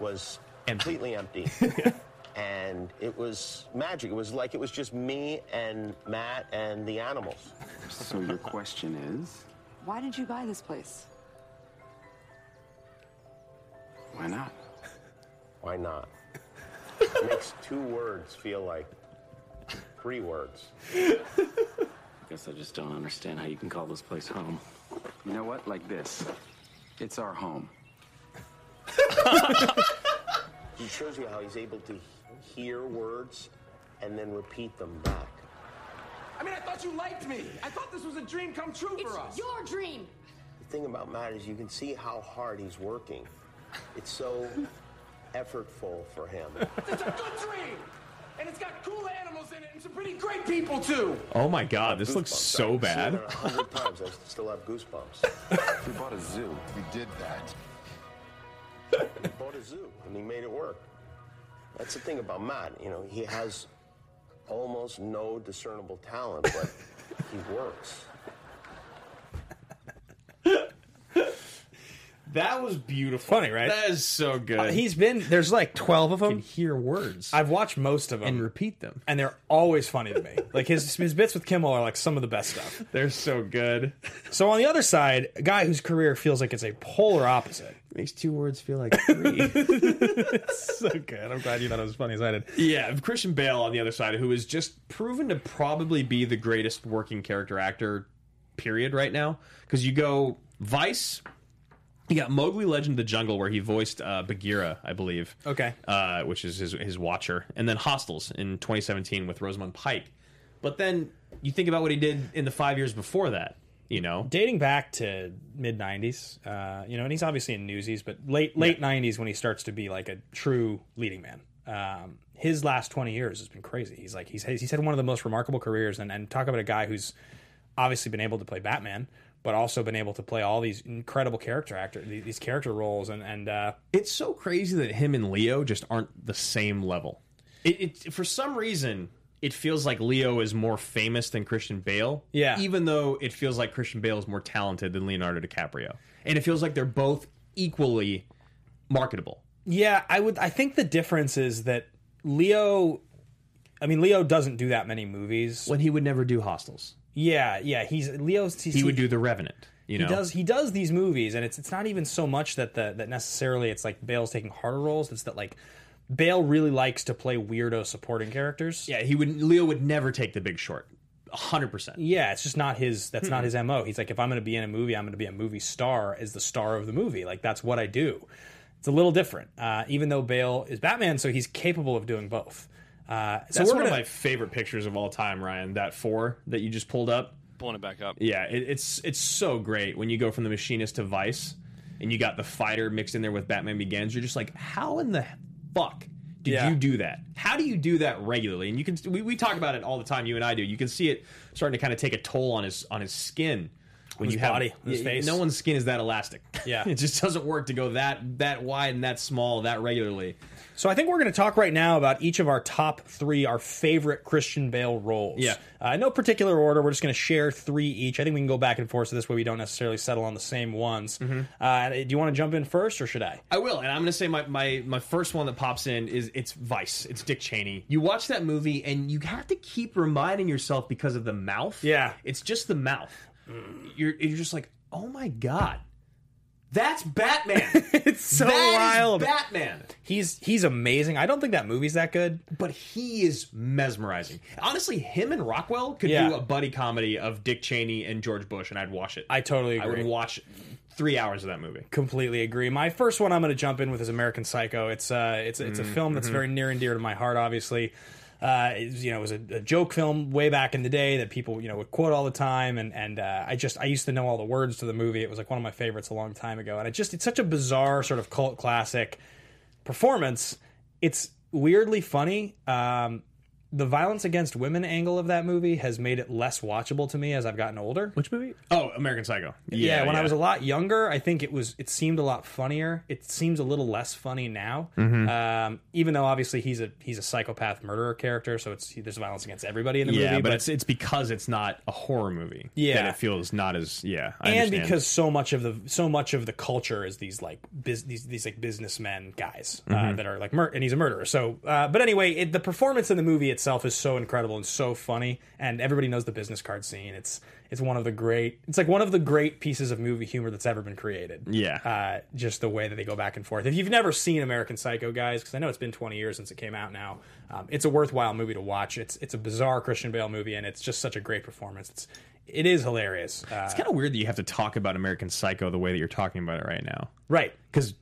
Speaker 5: was completely empty. and it was magic. It was like it was just me and Matt and the animals.
Speaker 6: So your question is,
Speaker 7: Why did you buy this place?
Speaker 6: why not?
Speaker 5: Why not? It makes two words feel like three words.
Speaker 6: I guess I just don't understand how you can call this place home. You know what? Like this. It's our home.
Speaker 5: He shows you how he's able to hear words and then repeat them back.
Speaker 6: I mean, I thought you liked me. I thought this was a dream come true for us.
Speaker 7: Your dream!
Speaker 5: The thing about Matt is you can see how hard he's working. It's so effortful for him.
Speaker 6: It's a good dream. And it's got cool animals in it and some pretty great people, too.
Speaker 3: Oh my God, this looks
Speaker 5: Goosebumps.
Speaker 3: so
Speaker 5: I've seen
Speaker 3: bad.
Speaker 5: it a hundred times. I still have goosebumps.
Speaker 6: We bought a zoo.
Speaker 8: We did that.
Speaker 5: he bought a zoo and he made it work. That's the thing about Matt. You know, he has almost no discernible talent, but he works.
Speaker 3: That was beautiful.
Speaker 1: Funny, right?
Speaker 3: That is so good.
Speaker 1: he's been there's like twelve of them.
Speaker 3: hear words
Speaker 1: I've watched most of them
Speaker 3: and repeat them.
Speaker 1: and they're always funny to me. like his his bits with Kimmel are like some of the best stuff.
Speaker 3: They're so good.
Speaker 1: So on the other side, a guy whose career feels like it's a polar opposite.
Speaker 3: [LAUGHS] Makes two words feel like [LAUGHS] three.
Speaker 1: [LAUGHS] so good. I'm glad you thought it was funny as I did.
Speaker 3: Yeah, Christian Bale on the other side, who is just proven to probably be the greatest working character actor, period, right now. Because you go Vice, you got Mowgli: Legend of the Jungle, where he voiced uh, Bagheera, I believe.
Speaker 1: Okay.
Speaker 3: uh, which is his his Watcher, and then Hostels in 2017 with Rosamund Pike. But then you think about what he did in the five years before that. You know,
Speaker 1: Dating back to mid '90s, uh, you know, and he's obviously in Newsies, but late late '90s when he starts to be like a true leading man. Um, his last 20 years has been crazy. He's like he's he's had one of the most remarkable careers, and and talk about a guy who's obviously been able to play Batman, but also been able to play all these incredible character actor these these character roles, and and uh,
Speaker 3: it's so crazy that him and Leo just aren't the same level. It, it for some reason it feels like Leo is more famous than Christian Bale.
Speaker 1: Yeah.
Speaker 3: even though it feels like Christian Bale is more talented than Leonardo DiCaprio, and it feels like they're both equally marketable.
Speaker 1: Yeah, I would. I think the difference is that Leo. I mean, Leo doesn't do that many movies.
Speaker 3: When he would never do Hostels,
Speaker 1: Yeah, yeah. He's Leo's. He's,
Speaker 3: he would do The Revenant. You know,
Speaker 1: He does. He does these movies, and it's it's not even so much that the that necessarily it's like Bale's taking harder roles. It's that like Bale really likes to play weirdo supporting characters.
Speaker 3: Yeah, he would. Leo would never take the Big Short. hundred percent.
Speaker 1: Yeah, it's just not his. That's not his mo. He's like, if I'm going to be in a movie, I'm going to be a movie star as the star of the movie. Like that's what I do. It's a little different, uh, even though Bale is Batman, so he's capable of doing both. Uh, so
Speaker 3: That's
Speaker 1: we're
Speaker 3: one
Speaker 1: gonna
Speaker 3: of my favorite pictures of all time, Ryan. That four that you just pulled up.
Speaker 4: Pulling it back up.
Speaker 3: Yeah, it, it's it's so great when you go from the machinist to Vice, and you got the fighter mixed in there with Batman Begins. You're just like, how in the fuck did
Speaker 1: Yeah.
Speaker 3: you do that? How do you do that regularly? And you can we, we talk about it all the time. You and I do. You can see it starting to kind of take a toll on his on his skin. When
Speaker 1: his
Speaker 3: you have
Speaker 1: body, on his
Speaker 3: Yeah,
Speaker 1: face.
Speaker 3: no one's skin is that elastic.
Speaker 1: Yeah.
Speaker 3: [LAUGHS] it just doesn't work to go that that wide and that small that regularly.
Speaker 1: So I think we're going to talk right now about each of our top three, our favorite Christian Bale roles.
Speaker 3: Yeah.
Speaker 1: Uh, in no particular order. We're just going to share three each. I think we can go back and forth, so this way we don't necessarily settle on the same ones. Uh, do you want to jump in first, or should I?
Speaker 3: I will, and I'm going to say my, my my first one that pops in is it's Vice. It's Dick Cheney. You watch that movie, and you have to keep reminding yourself because of the mouth.
Speaker 1: Yeah.
Speaker 3: it's just the mouth. Mm. You're you're just like, oh my god,
Speaker 1: [LAUGHS]
Speaker 3: that's Batman. it's
Speaker 1: so wild.
Speaker 3: Batman.
Speaker 1: He's he's amazing. I don't think that movie's that good.
Speaker 3: But he is mesmerizing. Honestly, him and Rockwell could
Speaker 1: Yeah.
Speaker 3: do a buddy comedy of Dick Cheney and George Bush, and I'd watch it.
Speaker 1: I totally
Speaker 3: I would
Speaker 1: agree.
Speaker 3: watch three hours of that movie.
Speaker 1: completely agree. My first one I'm going to jump in with is American Psycho. It's uh, it's it's a film that's very near and dear to my heart, obviously. Uh, it, was- you know, it was a, a joke film way back in the day that people you know would quote all the time, and and uh, I just I used to know all the words to the movie. It was like one of my favorites a long time ago, and it just it's such a bizarre sort of cult classic performance. It's weirdly funny. Um, the violence against women angle of that movie has made it less watchable to me as I've gotten older.
Speaker 3: Which movie? Oh, American Psycho.
Speaker 1: Yeah, when I was a lot younger, I think it was it seemed a lot funnier. It seems a little less funny now,
Speaker 3: Mm-hmm.
Speaker 1: um, even though obviously he's a he's a psychopath murderer character, so it's there's violence against everybody in the
Speaker 3: yeah,
Speaker 1: movie.
Speaker 3: but, it's it's because it's not a horror movie.
Speaker 1: Yeah.
Speaker 3: that it feels not as yeah, I
Speaker 1: and
Speaker 3: understand.
Speaker 1: because so much of the so much of the culture is these like bus these these like businessmen guys uh,
Speaker 3: Mm-hmm.
Speaker 1: that are like mur- and he's a murderer. So, uh, but anyway, it, the performance in the movie itself is so incredible and so funny, and everybody knows the business card scene. It's it's one of the great it's like one of the great pieces of movie humor that's ever been created.
Speaker 3: Yeah.
Speaker 1: uh, just the way that they go back and forth. If you've never seen American Psycho, guys, because I know it's been 20 years since it came out now, um, it's a worthwhile movie to watch. It's it's a bizarre Christian Bale movie, and it's just such a great performance. It's it is hilarious. Uh,
Speaker 3: it's kind of weird that you have to talk about American Psycho the way that you're talking about it right now.
Speaker 1: right.
Speaker 3: Because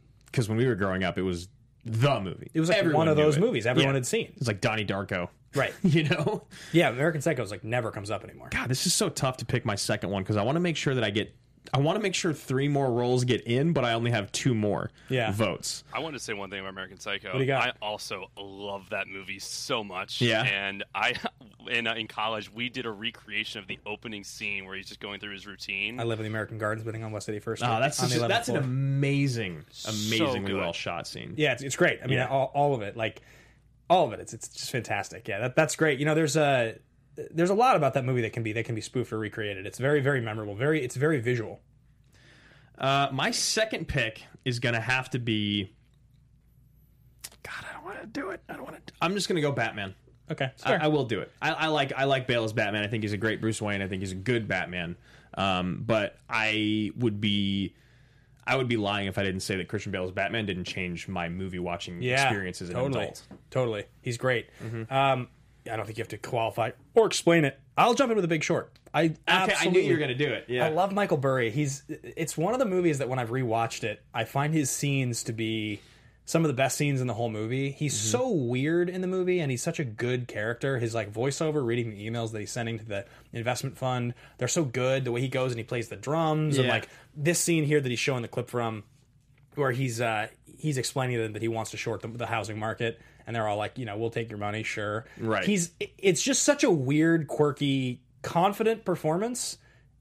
Speaker 3: when we were growing up, it was the movie. It
Speaker 1: was like one of those movies everyone had seen.
Speaker 3: It's like Donnie Darko,
Speaker 1: Right.
Speaker 3: [LAUGHS] you know.
Speaker 1: Yeah, American Psycho is like never comes up anymore.
Speaker 3: God, this is so tough to pick my second one because I want to make sure that I get. I want to make sure three more roles get in, but I only have two more
Speaker 1: Yeah.
Speaker 3: votes.
Speaker 4: I wanted to say one thing about American Psycho.
Speaker 1: do you got?
Speaker 4: I also love that movie so much.
Speaker 3: Yeah.
Speaker 4: And I, [LAUGHS] in, uh, in college, we did a recreation of the opening scene where he's just going through his routine.
Speaker 1: I live in the American Gardens, building on West 81st Street.
Speaker 3: Oh, that's
Speaker 1: on the
Speaker 3: just-
Speaker 1: 11th
Speaker 3: that's an
Speaker 1: floor.
Speaker 3: amazing, amazingly
Speaker 4: good.
Speaker 3: well shot scene.
Speaker 1: Yeah, it's, it's great. I mean,
Speaker 3: Yeah.
Speaker 1: all, all of it, like all of it, it's it's just fantastic. Yeah, that, that's great. You know, there's a there's a lot about that movie that can be that can be spoofed or recreated. It's very very memorable. Very it's very visual.
Speaker 3: Uh, my second pick is going to have to be. God, I don't want to do it. I don't want to. I'm just going to go Batman.
Speaker 1: Okay,
Speaker 3: I, I will do it. I, I like I like Bale as Batman. I think he's a great Bruce Wayne. I think he's a good Batman. Um, but I would be. I would be lying if I didn't say that Christian Bale's Batman didn't change my movie watching experience as an
Speaker 1: totally,
Speaker 3: adult. Mm-hmm.
Speaker 1: Totally, he's great. Um, I don't think you have to qualify or explain it. I'll jump in with a Big Short. I
Speaker 3: Okay, I knew you were going to do it. Yeah,
Speaker 1: I love Michael Burry. He's it's one of the movies that when I've rewatched it, I find his scenes to be some of the best scenes in the whole movie. He's
Speaker 3: Mm-hmm.
Speaker 1: so weird in the movie, and he's such a good character. His like voiceover, reading the emails that he's sending to the investment fund, they're so good. The way he goes and he plays the drums, and
Speaker 3: Yeah.
Speaker 1: like this scene here that he's showing the clip from, where he's uh he's explaining to them that he wants to short the, the housing market and they're all like you know we'll take your money sure
Speaker 3: Right.
Speaker 1: he's it- it's just such a weird quirky confident performance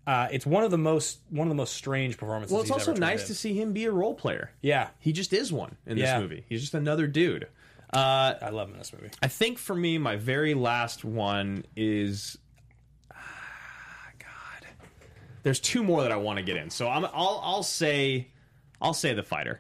Speaker 1: uh it's one of the most one of the most strange performances
Speaker 3: Well, it's
Speaker 1: he's
Speaker 3: also
Speaker 1: ever turned
Speaker 3: nice
Speaker 1: in.
Speaker 3: to see him be a role player.
Speaker 1: yeah
Speaker 3: He just is one in
Speaker 1: Yeah.
Speaker 3: this movie. He's just another dude. Uh,
Speaker 1: i love him in this movie
Speaker 3: I think for me, my very last one is. Ah, God, there's two more that I want to get in. So I'm, I'll I'll say, I'll say the fighter.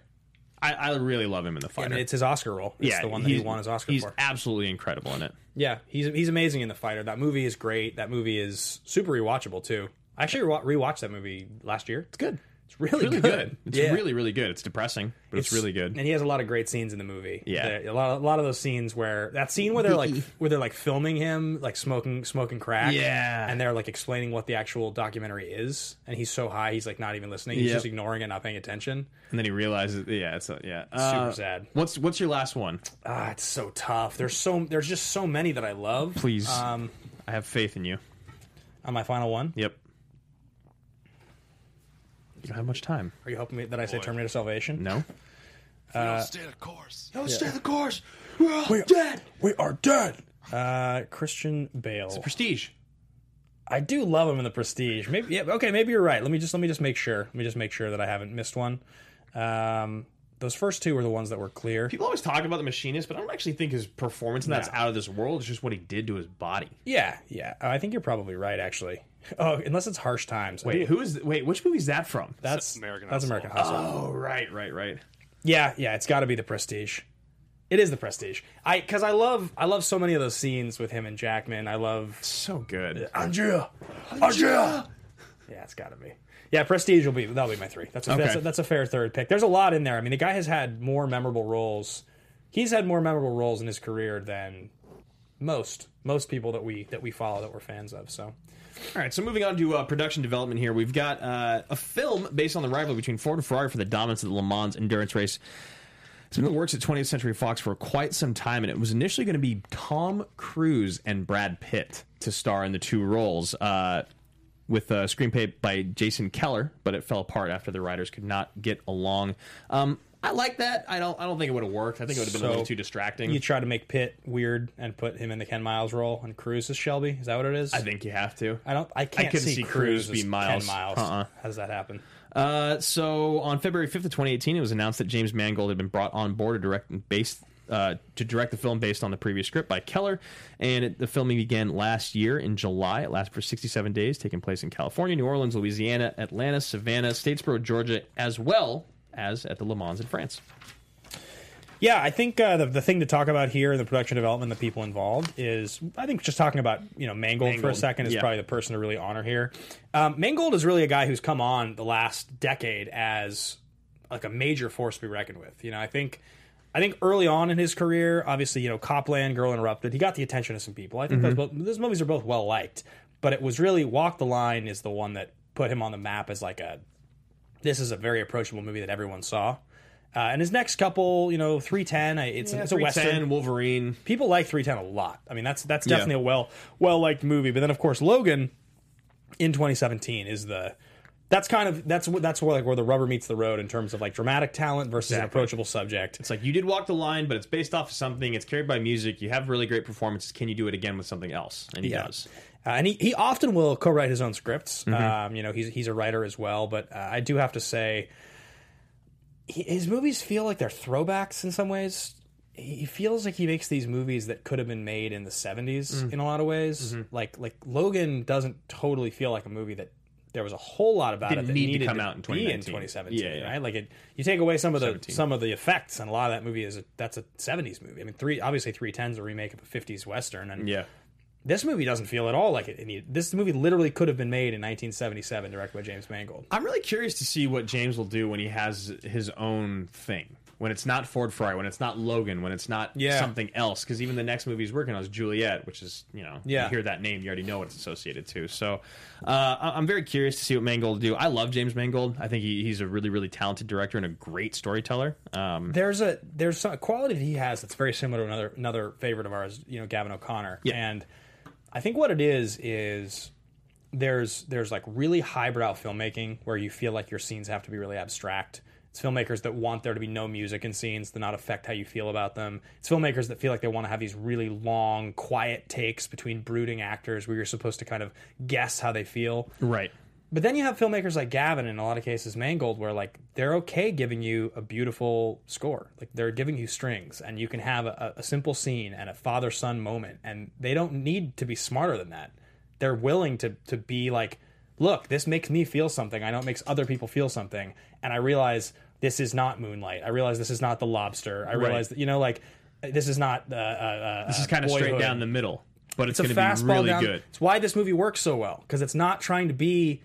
Speaker 3: I, I really love him in the
Speaker 1: I
Speaker 3: fighter.
Speaker 1: mean, it's his Oscar role. It's
Speaker 3: Yeah,
Speaker 1: the one that he
Speaker 3: he's-
Speaker 1: won his Oscar
Speaker 3: He's
Speaker 1: for.
Speaker 3: absolutely incredible in it.
Speaker 1: Yeah, he's he's amazing in The Fighter. That movie is great. That movie is super rewatchable too. I actually rewa- rewatched that movie last year. It's
Speaker 3: good.
Speaker 1: It's really,
Speaker 3: really good. It's
Speaker 1: Yeah.
Speaker 3: really, really good. It's depressing, but it's, really good.
Speaker 1: And he has a lot of great scenes in the movie.
Speaker 3: Yeah.
Speaker 1: There- a lot, a lot of those scenes where that scene where
Speaker 3: [LAUGHS]
Speaker 1: they're like where they're like filming him like smoking smoking crack.
Speaker 3: Yeah.
Speaker 1: and they're like explaining what the actual documentary is, and he's so high he's like not even listening. He's
Speaker 3: Yep.
Speaker 1: just ignoring it, not paying attention.
Speaker 3: And then he realizes, yeah, it's uh, yeah,
Speaker 1: Super sad.
Speaker 3: What's what's your last one?
Speaker 1: Ah, it's so tough. There's so there's just so many that I love.
Speaker 3: Please,
Speaker 1: Um,
Speaker 3: I have faith in you.
Speaker 1: on my final one,
Speaker 3: Yep. You don't have much time.
Speaker 1: are you hoping that I say Terminator Salvation?
Speaker 3: No. Uh,
Speaker 4: stay the course.
Speaker 3: Don't stay the course. We're all dead.
Speaker 1: We are dead. Uh, Christian Bale.
Speaker 3: Prestige.
Speaker 1: I do love him in the Prestige. Maybe yeah, okay, maybe you're right. Let me just let me just make sure. Let me just make sure that I haven't missed one. Um, those first two were the ones that were clear.
Speaker 3: People always talk about the machinist, but I don't actually think his performance in that's out of this world. It's just what he did to his body.
Speaker 1: Yeah, yeah. Oh, I think you're probably right actually. [LAUGHS] Oh, unless it's Harsh Times. I do-
Speaker 3: Who is? Wait, which movie is that from?
Speaker 1: that's American.
Speaker 4: American
Speaker 1: That's
Speaker 4: Hustle.
Speaker 1: American Hustle.
Speaker 3: Oh, right, right, right.
Speaker 1: Yeah, yeah. It's got to be the Prestige. It is the Prestige. I because I love I love so many of those scenes with him and Jackman. I love
Speaker 3: So good.
Speaker 1: Andrea. Andrea. Yeah, it's got to be. Yeah, Prestige will be that'll be my three. That's a, that's, a,
Speaker 3: Okay.
Speaker 1: that's a fair third pick. There's a lot in there. I mean, the guy has had more memorable roles. He's had more memorable roles in his career than most most people that we that we follow that we're fans of. So
Speaker 3: All right, so moving on to uh, production development here, we've got uh, a film based on the rivalry between Ford and Ferrari for the dominance of the Le Mans endurance race. It's been in the works at 20th Century Fox for quite some time, and it was initially going to be Tom Cruise and Brad Pitt to star in the two roles, uh, with a screenplay by Jason Keller, but it fell apart after the writers could not get along. Um, I like that. I don't. I don't think it would have worked. I think it would have been a
Speaker 1: So,
Speaker 3: little too distracting.
Speaker 1: you try to make Pitt weird and put him in the Ken Miles role and Cruz is Shelby. Is that what it is?
Speaker 3: I think you have to.
Speaker 1: I don't. I can't
Speaker 3: couldn't
Speaker 1: see,
Speaker 3: see
Speaker 1: Cruz
Speaker 3: Cruise be
Speaker 1: as
Speaker 3: Miles.
Speaker 1: Ken Miles.
Speaker 3: Uh-uh.
Speaker 1: How does that happen?
Speaker 3: Uh, so on February 5th of 2018, it was announced that James Mangold had been brought on board to direct and based uh, to direct the film based on the previous script by Keller, and it, the filming began last year in July. It lasted for 67 days, taking place in California, New Orleans, Louisiana, Atlanta, Savannah, Statesboro, Georgia, as well as at the Le Mans in France.
Speaker 1: Yeah, I think uh, the the thing to talk about here, the production development, the people involved is, I think just talking about you know Mangold, for a
Speaker 3: Mangold,
Speaker 1: second is
Speaker 3: yeah.
Speaker 1: probably the person to really honor here. Um, Mangold is really a guy who's come on the last decade as like a major force to be reckoned with. You know, I think. I think early on in his career, obviously, you know, Copland, Girl Interrupted, he got the attention of some people. I think those, both, those movies are both well liked, but it was really Walk the Line is the one that put him on the map as like a this is a very approachable movie that everyone saw. Uh, and his next couple, you know, three ten. It's, it's a western.
Speaker 3: Wolverine.
Speaker 1: People like three ten a lot. I mean, that's that's
Speaker 3: Yeah.
Speaker 1: definitely a well well liked movie. But then, of course, Logan in twenty seventeen is the that's kind of that's wh- that's where like where the rubber meets the road in terms of like dramatic talent versus an approachable subject.
Speaker 3: It's like you did walk the line, but it's based off of something. It's carried by music. You have really great performances. Can you do it again with something else? And he
Speaker 1: Yeah.
Speaker 3: does.
Speaker 1: Uh, and he, he often will co-write his own scripts.
Speaker 3: Mm-hmm.
Speaker 1: Um, you know, he's he's a writer as well. But uh, I do have to say, he, his movies feel like they're throwbacks in some ways. He he feels like he makes these movies that could have been made in the '70s
Speaker 3: Mm.
Speaker 1: in a lot of ways.
Speaker 3: Mm-hmm.
Speaker 1: Like like Logan doesn't totally feel like a movie that there was a whole lot about
Speaker 3: Didn't
Speaker 1: it that
Speaker 3: need to
Speaker 1: needed
Speaker 3: come out in
Speaker 1: be in
Speaker 3: 2019.
Speaker 1: 2017.
Speaker 3: Yeah, yeah.
Speaker 1: Right? Like it, you take away some of the
Speaker 3: 17.
Speaker 1: some of the effects, and a lot of that movie is a, that's a '70s movie. I mean, three obviously three tens a remake of a '50s western, and
Speaker 3: Yeah.
Speaker 1: this movie doesn't feel at all like it. it needed, this movie literally could have been made in 1977, directed by James Mangold.
Speaker 3: I'm really curious to see what James will do when he has his own thing. When it's not Ford Ferrari, when it's not Logan, when it's not
Speaker 1: Yeah.
Speaker 3: something else, because even the next movie he's working on is Juliet, which is you know
Speaker 1: Yeah.
Speaker 3: you hear that name, you already know what it's associated to. So uh, I- I'm very curious to see what Mangold will do. I love James Mangold. I think he, he's a really really talented director and a great storyteller. Um,
Speaker 1: There's a there's a quality that he has that's very similar to another another favorite of ours, you know, Gavin O'Connor.
Speaker 3: Yeah.
Speaker 1: And I think what it is is there's there's like really highbrow filmmaking where you feel like your scenes have to be really abstract. It's filmmakers that want there to be no music in scenes to not affect how you feel about them. It's filmmakers that feel like they want to have these really long, quiet takes between brooding actors where you're supposed to kind of guess how they feel.
Speaker 3: right.
Speaker 1: But then you have filmmakers like Gavin, in a lot of cases Mangold, where like they're okay giving you a beautiful score, like they're giving you strings, and you can have a, a simple scene and a father son moment, and they don't need to be smarter than that. They're willing to to be like, look, this makes me feel something. I know it makes other people feel something, and I realize this is not Moonlight. I realize this is not The Lobster. I realize that you know like this is not uh, uh, uh,
Speaker 3: This is kind of straight
Speaker 1: Boyhood
Speaker 3: down the middle, but it's,
Speaker 1: it's a
Speaker 3: going to
Speaker 1: fastball
Speaker 3: be really
Speaker 1: down.
Speaker 3: good.
Speaker 1: It's why this movie works so well because it's not trying to be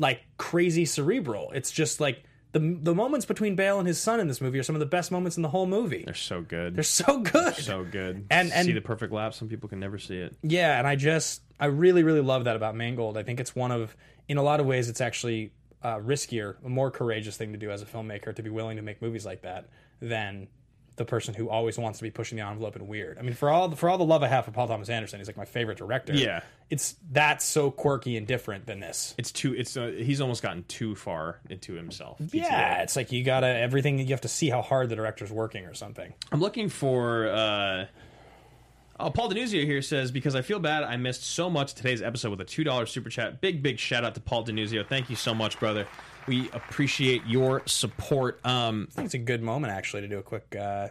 Speaker 1: like crazy cerebral. It's just like the the moments between Bale and his son in this movie are some of the best moments in the whole movie.
Speaker 3: They're so good.
Speaker 1: They're so good.
Speaker 3: so good.
Speaker 1: And- and-
Speaker 3: see the perfect lap. Some people can never see it.
Speaker 1: Yeah, and I just I really really love that about Mangold. I think it's one of in a lot of ways it's actually uh, riskier, a more courageous thing to do as a filmmaker to be willing to make movies like that than the person who always wants to be pushing the envelope and weird. I mean, for all for all the love I have for Paul Thomas Anderson, he's like my favorite director.
Speaker 3: Yeah.
Speaker 1: it's that's so quirky and different than this.
Speaker 3: It's too. It's uh, he's almost gotten too far into himself.
Speaker 1: Yeah, it's like you gotta everything. You have to see how hard the director's working or something.
Speaker 3: I'm looking for. Uh, oh, Paul Denuzio here says because I feel bad I missed so much today's episode with a two dollar super chat. Big big shout out to Paul Denuzio. Thank you so much, brother. We appreciate your support. Um,
Speaker 1: I think it's a good moment actually to do a quick uh,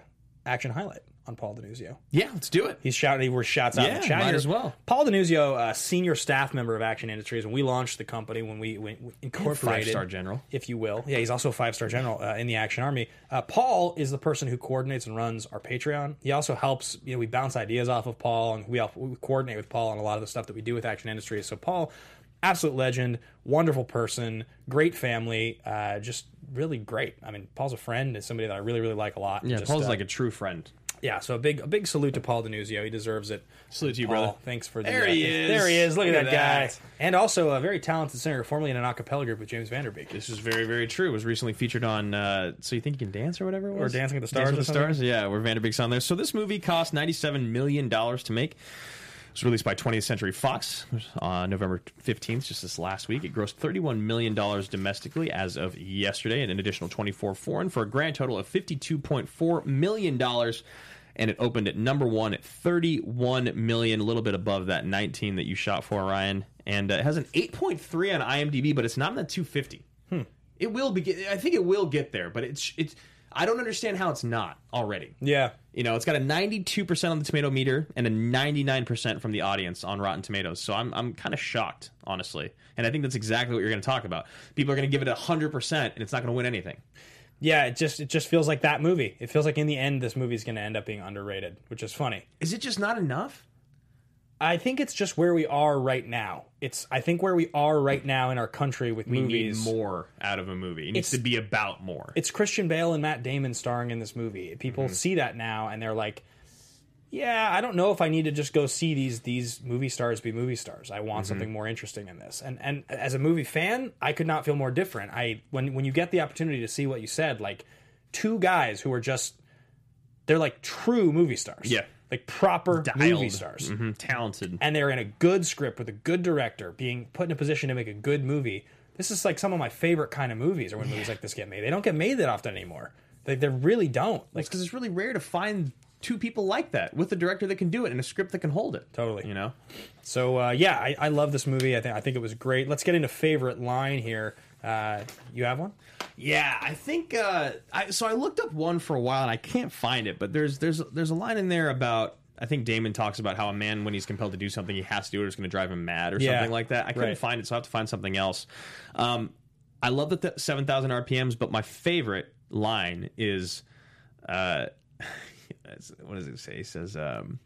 Speaker 1: action highlight on Paul Denuzio.
Speaker 3: yeah, let's do it.
Speaker 1: He's shouting. He were shouts out in
Speaker 3: Yeah,
Speaker 1: the chat
Speaker 3: might
Speaker 1: here.
Speaker 3: as well.
Speaker 1: Paul Denuzio, uh, senior staff member of Action Industries, when we launched the company, when we, when we incorporated,
Speaker 3: Five-star general.
Speaker 1: if you will. Yeah, he's also a five star general uh, in the Action Army. Uh, Paul is the person who coordinates and runs our Patreon. He also helps. You know, we bounce ideas off of Paul, and we, help, we coordinate with Paul on a lot of the stuff that we do with Action Industries. So Paul, absolute legend, wonderful person, great family, uh, just really great. I mean, Paul's a friend and somebody that I really really like a lot.
Speaker 3: Yeah,
Speaker 1: Just,
Speaker 3: Paul's
Speaker 1: uh,
Speaker 3: like a true friend.
Speaker 1: yeah, so a big a big salute to Paul Denuzio. He deserves it.
Speaker 3: Salute to you,
Speaker 1: Paul,
Speaker 3: brother.
Speaker 1: Thanks for the
Speaker 3: There he is.
Speaker 1: There he is. Look,
Speaker 3: Look
Speaker 1: at
Speaker 3: at
Speaker 1: that,
Speaker 3: that.
Speaker 1: guy. And also a very talented singer, formerly in an a cappella group with James Vanderbeek.
Speaker 3: This is very, very true. It was recently featured on uh, So You Think You Can Dance or whatever it was?
Speaker 1: Dancing with the Stars
Speaker 3: Dancing with
Speaker 1: or
Speaker 3: the
Speaker 1: something?
Speaker 3: Stars, yeah, where Vanderbeek's on there. So this movie cost $97 million to make. It was released by 20th Century Fox on November 15th, just this last week. It grossed $31 million domestically as of yesterday and an additional 24 foreign for a grand total of $52.4 million. And it opened at number one at 31 million, a little bit above that 19 that you shot for, Ryan. And uh, it has an 8.3 on IMDb, but it's not in the 250. It will be. I think it will get there, but it's it's. I don't understand how it's not already.
Speaker 1: Yeah.
Speaker 3: You know, it's got a 92% on the tomato meter and a 99% from the audience on Rotten Tomatoes. So I'm, I'm kind of shocked, honestly. And I think that's exactly what you're going to talk about. People are going to give it 100% and it's not going to win anything.
Speaker 1: Yeah, it just it just feels like that movie. It feels like in the end this movie's gonna end up being underrated, which is funny.
Speaker 3: Is it just not enough?
Speaker 1: I think it's just where we are right now. It's I think where we are right now in our country with
Speaker 3: We
Speaker 1: movies.
Speaker 3: need more out of a movie. It needs to
Speaker 1: It's-
Speaker 3: be about more. Mm-hmm.
Speaker 1: it's Christian Bale and Matt Damon starring in this movie. People see that now and they're like, "Yeah, I don't know if I need to just go see these these movie stars be movie stars. I
Speaker 3: Mm-hmm.
Speaker 1: want something more interesting in this." And and as a movie fan, I could not feel more different. I when when you get the opportunity to see what you said, like two guys who are just they're like true movie stars.
Speaker 3: Yeah.
Speaker 1: Like proper movie
Speaker 3: Dialed.
Speaker 1: stars
Speaker 3: Mhm. Talented.
Speaker 1: and they're in a good script with a good director being put in a position to make a good movie this is like some of my favorite kind of movies or when movies like this get made they don't get made that often anymore they, they really don't like
Speaker 3: because it's really rare to find two people like that with a director that can do it and a script that can hold it.
Speaker 1: Totally.
Speaker 3: You know?
Speaker 1: so uh, yeah I, I love this movie I think I think it was great let's get into favorite line here uh, you have one
Speaker 3: Yeah, I think uh, I, so. I looked up one for a while and I can't find it, but there's there's there's a line in there about I think Damon talks about how a man when he's compelled to do something he has to do it or it's going to drive him mad or
Speaker 1: Yeah,
Speaker 3: something like that. I couldn't
Speaker 1: right.
Speaker 3: find it, so I have to find something else. Um, I love that the seven thousand RPMs, but my favorite line is, uh, [LAUGHS] what does it say? It says. Um,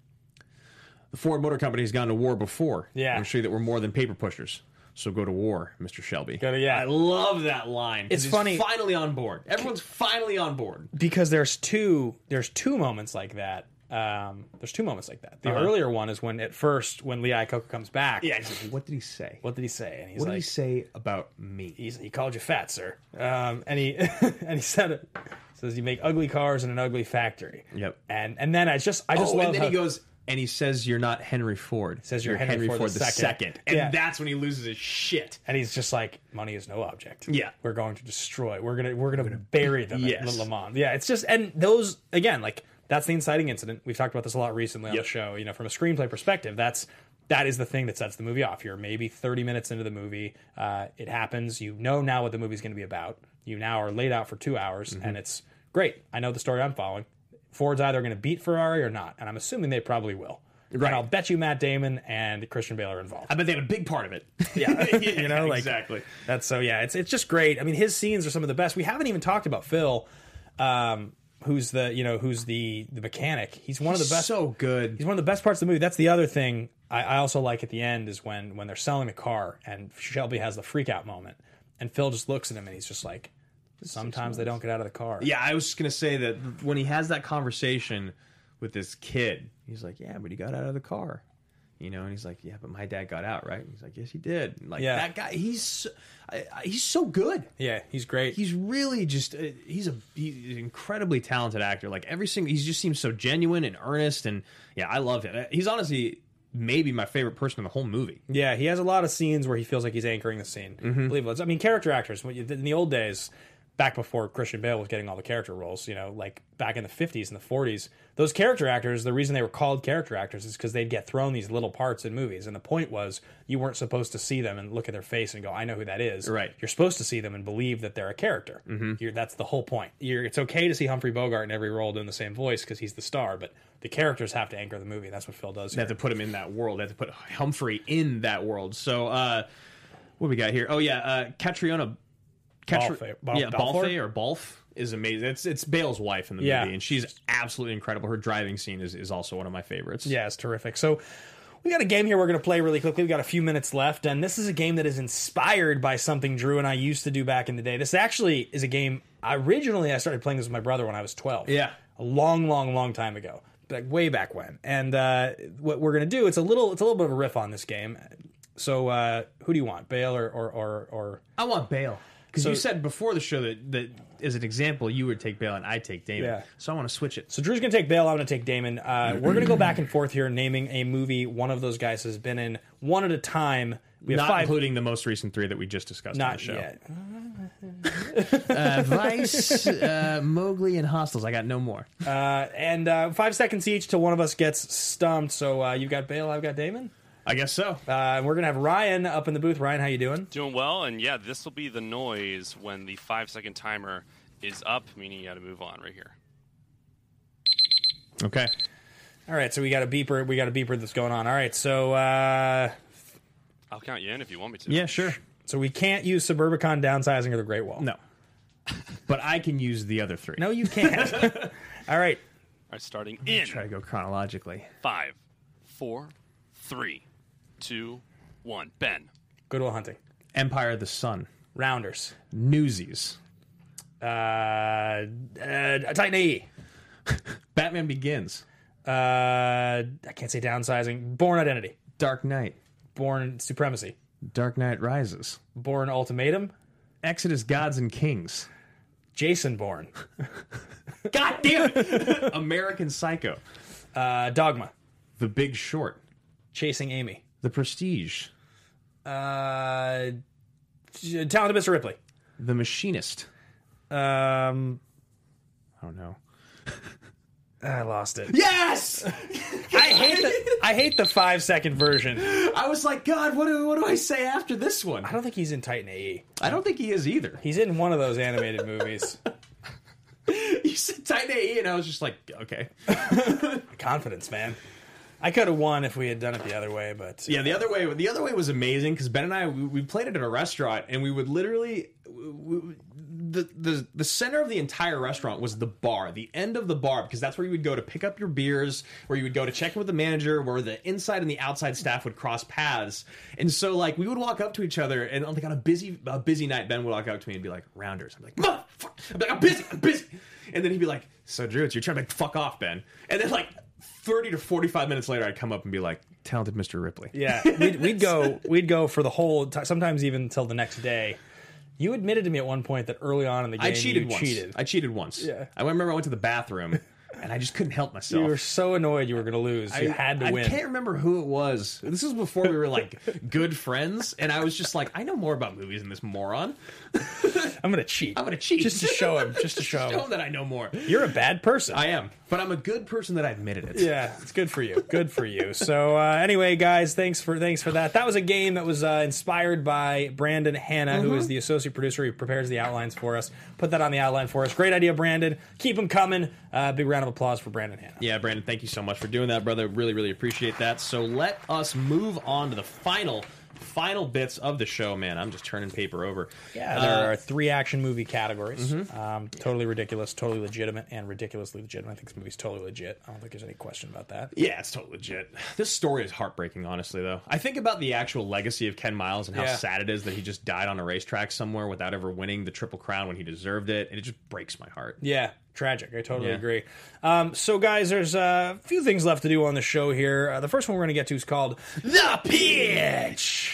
Speaker 3: the Ford Motor Company has gone to war before.
Speaker 1: Yeah.
Speaker 3: I'm sure that we're more than paper pushers. So go to war, Mr. Shelby.
Speaker 1: Go to- yeah.
Speaker 3: I love that line. 'cause
Speaker 1: It's
Speaker 3: he's
Speaker 1: funny.
Speaker 3: Finally on board. Everyone's finally on board.
Speaker 1: because there's two there's two moments like that um, there's two moments like
Speaker 3: Uh-huh.
Speaker 1: that the earlier one is when at first when Lee Iacocca comes back
Speaker 3: what did he say?
Speaker 1: what did he say and he's
Speaker 3: What
Speaker 1: like
Speaker 3: did he say about me?
Speaker 1: he's, he called you fat, sir. Um, and he [LAUGHS] and he said it says you make ugly cars in an ugly factory.
Speaker 3: Yep.
Speaker 1: And and then I just I just
Speaker 3: Oh,
Speaker 1: love
Speaker 3: and then
Speaker 1: how,
Speaker 3: he goes, and he says, "You're not Henry Ford.
Speaker 1: Says you're Henry Ford the second."
Speaker 3: And
Speaker 1: Yeah.
Speaker 3: that's when he loses his shit.
Speaker 1: and he's just like money is no object.
Speaker 3: Yeah.
Speaker 1: We're going to destroy. We're gonna we're gonna, bury them at
Speaker 3: Yes.
Speaker 1: Le Mans. Yeah. It's just and those again like that's the inciting incident. We've talked about this a lot recently on
Speaker 3: Yep.
Speaker 1: the show. You know, from a screenplay perspective, that's. That is the thing that sets the movie off. You're maybe 30 minutes into the movie. Uh, it happens. You know now what the movie's going to be about. You now are laid out for two hours,
Speaker 3: Mm-hmm.
Speaker 1: and it's great. I know the story I'm following. Ford's either going to beat Ferrari or not, and I'm assuming they probably will.
Speaker 3: Right.
Speaker 1: And I'll bet you Matt Damon and Christian Bale are involved.
Speaker 3: I bet they had a big part of it.
Speaker 1: [LAUGHS]
Speaker 3: [LAUGHS]
Speaker 1: Yeah, you know, like
Speaker 3: exactly.
Speaker 1: That's so yeah. It's it's just great. I mean, his scenes are some of the best. We haven't even talked about Phil, um, who's the you know who's the the mechanic. He's one of the best.
Speaker 3: So good.
Speaker 1: he's one of the best parts of the movie. That's the other thing I, I also like at the end is when when they're selling the car and Shelby has the freak out moment And Phil just looks at him and he's just like, sometimes they don't get out of the car.
Speaker 3: Yeah, I was just gonna say that when he has that conversation with this kid, he's like, "Yeah, but he got out of the car," you know, and he's like, "Yeah, but my dad got out, right?" And he's like, "Yes, he did." And, like
Speaker 1: Yeah.
Speaker 3: that guy, he's so- I, I, he's so good.
Speaker 1: Yeah, he's great.
Speaker 3: He's really just uh, he's a he's an incredibly talented actor. Like every single, he just seems so genuine and earnest, and yeah, I love it. He's honestly maybe my favorite person in the whole movie.
Speaker 1: Yeah, he has a lot of scenes where he feels like he's anchoring the scene. Believable. It's- I mean, character actors when you- in the old days, back before Christian Bale was getting all the character roles, you know, like back in the fifties and the forties, those character actors. The reason they were called character actors is because they'd get thrown these little parts in movies, and the point was you weren't supposed to see them and look at their face and go, "I know who that is."
Speaker 3: Right.
Speaker 1: You're supposed to see them and believe that they're a character. You're, that's the whole point. You're, it's okay to see Humphrey Bogart in every role doing the same voice because he's the star, but the characters have to anchor the movie. That's what Phil does.
Speaker 3: They have to put him in that world. They have to put Humphrey in that world. So uh what we got here? Oh yeah, uh Catriona Catri-
Speaker 1: Balfe- Bal-
Speaker 3: yeah,
Speaker 1: Balfour?
Speaker 3: Balfe or Balf is amazing. It's it's Bale's wife in the
Speaker 1: Yeah.
Speaker 3: movie, and she's absolutely incredible. Her driving scene is, is also one of my favorites.
Speaker 1: Yeah, it's terrific. So we got a game here we're going to play really quickly. We've got a few minutes left, and this is a game that is inspired by something Drew and I used to do back in the day. This actually is a game. Originally, I started playing this with my brother when I was 12.
Speaker 3: Yeah.
Speaker 1: A long, long, long time ago. Like way back when. And uh, what we're going to do, it's a little it's a little bit of a riff on this game. So uh, who do you want, Bale or or or, or
Speaker 3: I want Bale. Because you
Speaker 1: So-
Speaker 3: said before the show that, that as an example, you would take Bale and I take Damon.
Speaker 1: Yeah.
Speaker 3: So I want to switch it.
Speaker 1: So Drew's gonna take Bale. I'm gonna take Damon. Uh, we're gonna go back and forth here, naming a movie one of those guys has been in one at a time. We have
Speaker 3: Not
Speaker 1: five.
Speaker 3: including the most recent three that we just discussed on the
Speaker 1: not
Speaker 3: show.
Speaker 1: yet.
Speaker 3: Uh, Vice, uh, Mowgli, and Hostels. I got no more.
Speaker 1: and uh, five seconds each till one of us gets stumped. So uh, you've got Bale, I've got Damon,
Speaker 3: I guess so.
Speaker 1: uh, and we're gonna have Ryan up in the booth. Ryan, how you doing?
Speaker 4: Doing well, and yeah, this will be the noise when the five second timer is up, meaning you got to move on right here.
Speaker 3: Okay.
Speaker 1: All right, so we got a beeper. We got a beeper that's going on. All right, so uh,
Speaker 4: I'll count you in if you want me to.
Speaker 3: Yeah, sure.
Speaker 1: so we can't use Suburbicon downsizing or the Great Wall.
Speaker 3: No. But I can use the other three.
Speaker 1: no, you can't. [LAUGHS] All right,
Speaker 4: All right, starting in
Speaker 3: Try to go chronologically.
Speaker 4: five, four, three, two, one. Ben,
Speaker 1: Goodwill Hunting,
Speaker 3: Empire of the Sun.
Speaker 1: Rounders,
Speaker 3: Newsies.
Speaker 1: uh, uh, Titan E. AE.
Speaker 3: Batman Begins.
Speaker 1: Uh, I can't say downsizing. Born Identity,
Speaker 3: Dark Knight.
Speaker 1: Born Supremacy,
Speaker 3: Dark Knight Rises.
Speaker 1: Born Ultimatum,
Speaker 3: Exodus Gods and Kings.
Speaker 1: Jason Born,
Speaker 3: God damn it! [LAUGHS] American Psycho.
Speaker 1: uh, Dogma,
Speaker 3: The Big Short.
Speaker 1: Chasing Amy.
Speaker 3: The Prestige.
Speaker 1: Uh, talented Mr. Ripley.
Speaker 3: The Machinist.
Speaker 1: Um, ah,
Speaker 3: I don't know.
Speaker 1: I lost it.
Speaker 3: Yes! [LAUGHS]
Speaker 1: I hate the I hate the five second version. I
Speaker 3: I was like, God, what do, what do I say after this one?
Speaker 1: don't think he's in Titan AE.
Speaker 3: I don't think he is either. [LAUGHS]
Speaker 1: He's in one of those animated movies.
Speaker 3: You said Titan AE, and I was just like, okay.
Speaker 1: Confidence, man. I could have won if we had done it the other way, but
Speaker 3: Yeah, the other way. The other way was amazing because Ben and I we, we played it at a restaurant, and we would literally we, we- the the the center of the entire restaurant was the bar, the end of the bar, because that's where you would go to pick up your beers, where you would go to check in with the manager, where the inside and the outside staff would cross paths, and so like we would walk up to each other, and like on a busy a busy night, Ben would walk up to me and be like, "Rounders," I'm like, "Motherfucker," I'm like, "I'm busy, I'm busy," and then he'd be like, "So Drew, it's your turn." I'm like, "Fuck off, Ben," and then like. 30 to 45 minutes later i'd come up and be like talented mr ripley
Speaker 1: yeah, we'd, we'd go we'd go for the whole ti sometimes even until the next day. You admitted to me at one point that early on in the game
Speaker 3: I cheated
Speaker 1: you
Speaker 3: once.
Speaker 1: cheated.
Speaker 3: I cheated once. Yeah. I remember I went to
Speaker 1: [LAUGHS]
Speaker 3: the bathroom and I just couldn't help myself.
Speaker 1: you were so annoyed you were going to lose. you
Speaker 3: I-
Speaker 1: had to
Speaker 3: I
Speaker 1: win.
Speaker 3: can't remember who it was. This was before we were like [LAUGHS] good friends, and I was just like, I know more about movies than this moron.
Speaker 1: I'm going to cheat.
Speaker 3: I'm gonna cheat
Speaker 1: just to show him.
Speaker 3: [LAUGHS]
Speaker 1: Just to
Speaker 3: show
Speaker 1: show him.
Speaker 3: that I know more.
Speaker 1: You're a bad person.
Speaker 3: I am, but I'm a good person that I admitted it.
Speaker 1: Yeah, it's good for you. Good for you. So uh, anyway, guys, thanks for thanks for that. That was a game that was uh, inspired by Brandon Hanna, who
Speaker 3: Mm-hmm.
Speaker 1: is the associate producer who prepares the outlines for us. Put that on the outline for us. Great idea, Brandon. Keep them coming. Uh, big round of applause for Brandon Hanna.
Speaker 3: Yeah, Brandon, thank you so much for doing that, brother. Really, really appreciate that. So let us move on to the final final bits of the show, man. I'm just turning paper over. Uh,
Speaker 1: Yeah, there are three action movie categories.
Speaker 3: mm-hmm.
Speaker 1: Um, totally ridiculous, totally legitimate, and ridiculously legitimate. I think this movie's totally legit. I don't think there's any question about that.
Speaker 3: Yeah, it's totally legit. This story is heartbreaking, honestly, though. I think about the actual legacy of Ken Miles and how
Speaker 1: Yeah.
Speaker 3: sad it is that he just died on a racetrack somewhere without ever winning the Triple Crown when he deserved it, and it just breaks my heart. [LAUGHS]
Speaker 1: Yeah, tragic. I totally
Speaker 3: Yeah.
Speaker 1: agree. Um, so, guys, there's uh, a few things left to do on the show here. Uh, the first one we're going to get to is called The Pitch.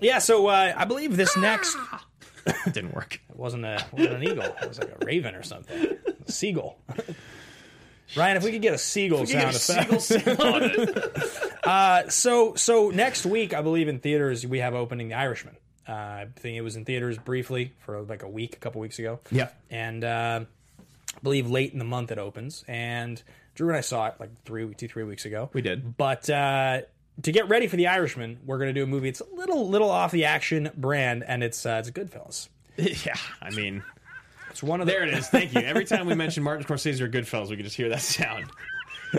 Speaker 1: Yeah, so uh, I believe this next
Speaker 3: It didn't [LAUGHS] work.
Speaker 1: wasn't a wasn't an eagle. It was like a raven or something. A seagull. [LAUGHS] Ryan, if we could get a seagull
Speaker 3: You get
Speaker 1: sound
Speaker 3: a
Speaker 1: effect.
Speaker 3: seagull sound on it.
Speaker 1: So so next week, I believe in theaters we have opening The Irishman. Uh, I think it was in theaters briefly for like a week, a couple weeks ago.
Speaker 3: Yeah.
Speaker 1: and uh, I believe late in the month it opens. And Drew and I saw it like three, two, three weeks ago.
Speaker 3: We did.
Speaker 1: but. Uh, to get ready for The Irishman, we're going to do a movie. It's a little, little off the action brand, and it's uh, it's Goodfellas.
Speaker 3: [LAUGHS] Yeah, I mean,
Speaker 1: It's one of the,
Speaker 3: there it is. Thank you. Every time we mention Martin Scorsese or Goodfellas, we can just hear that sound.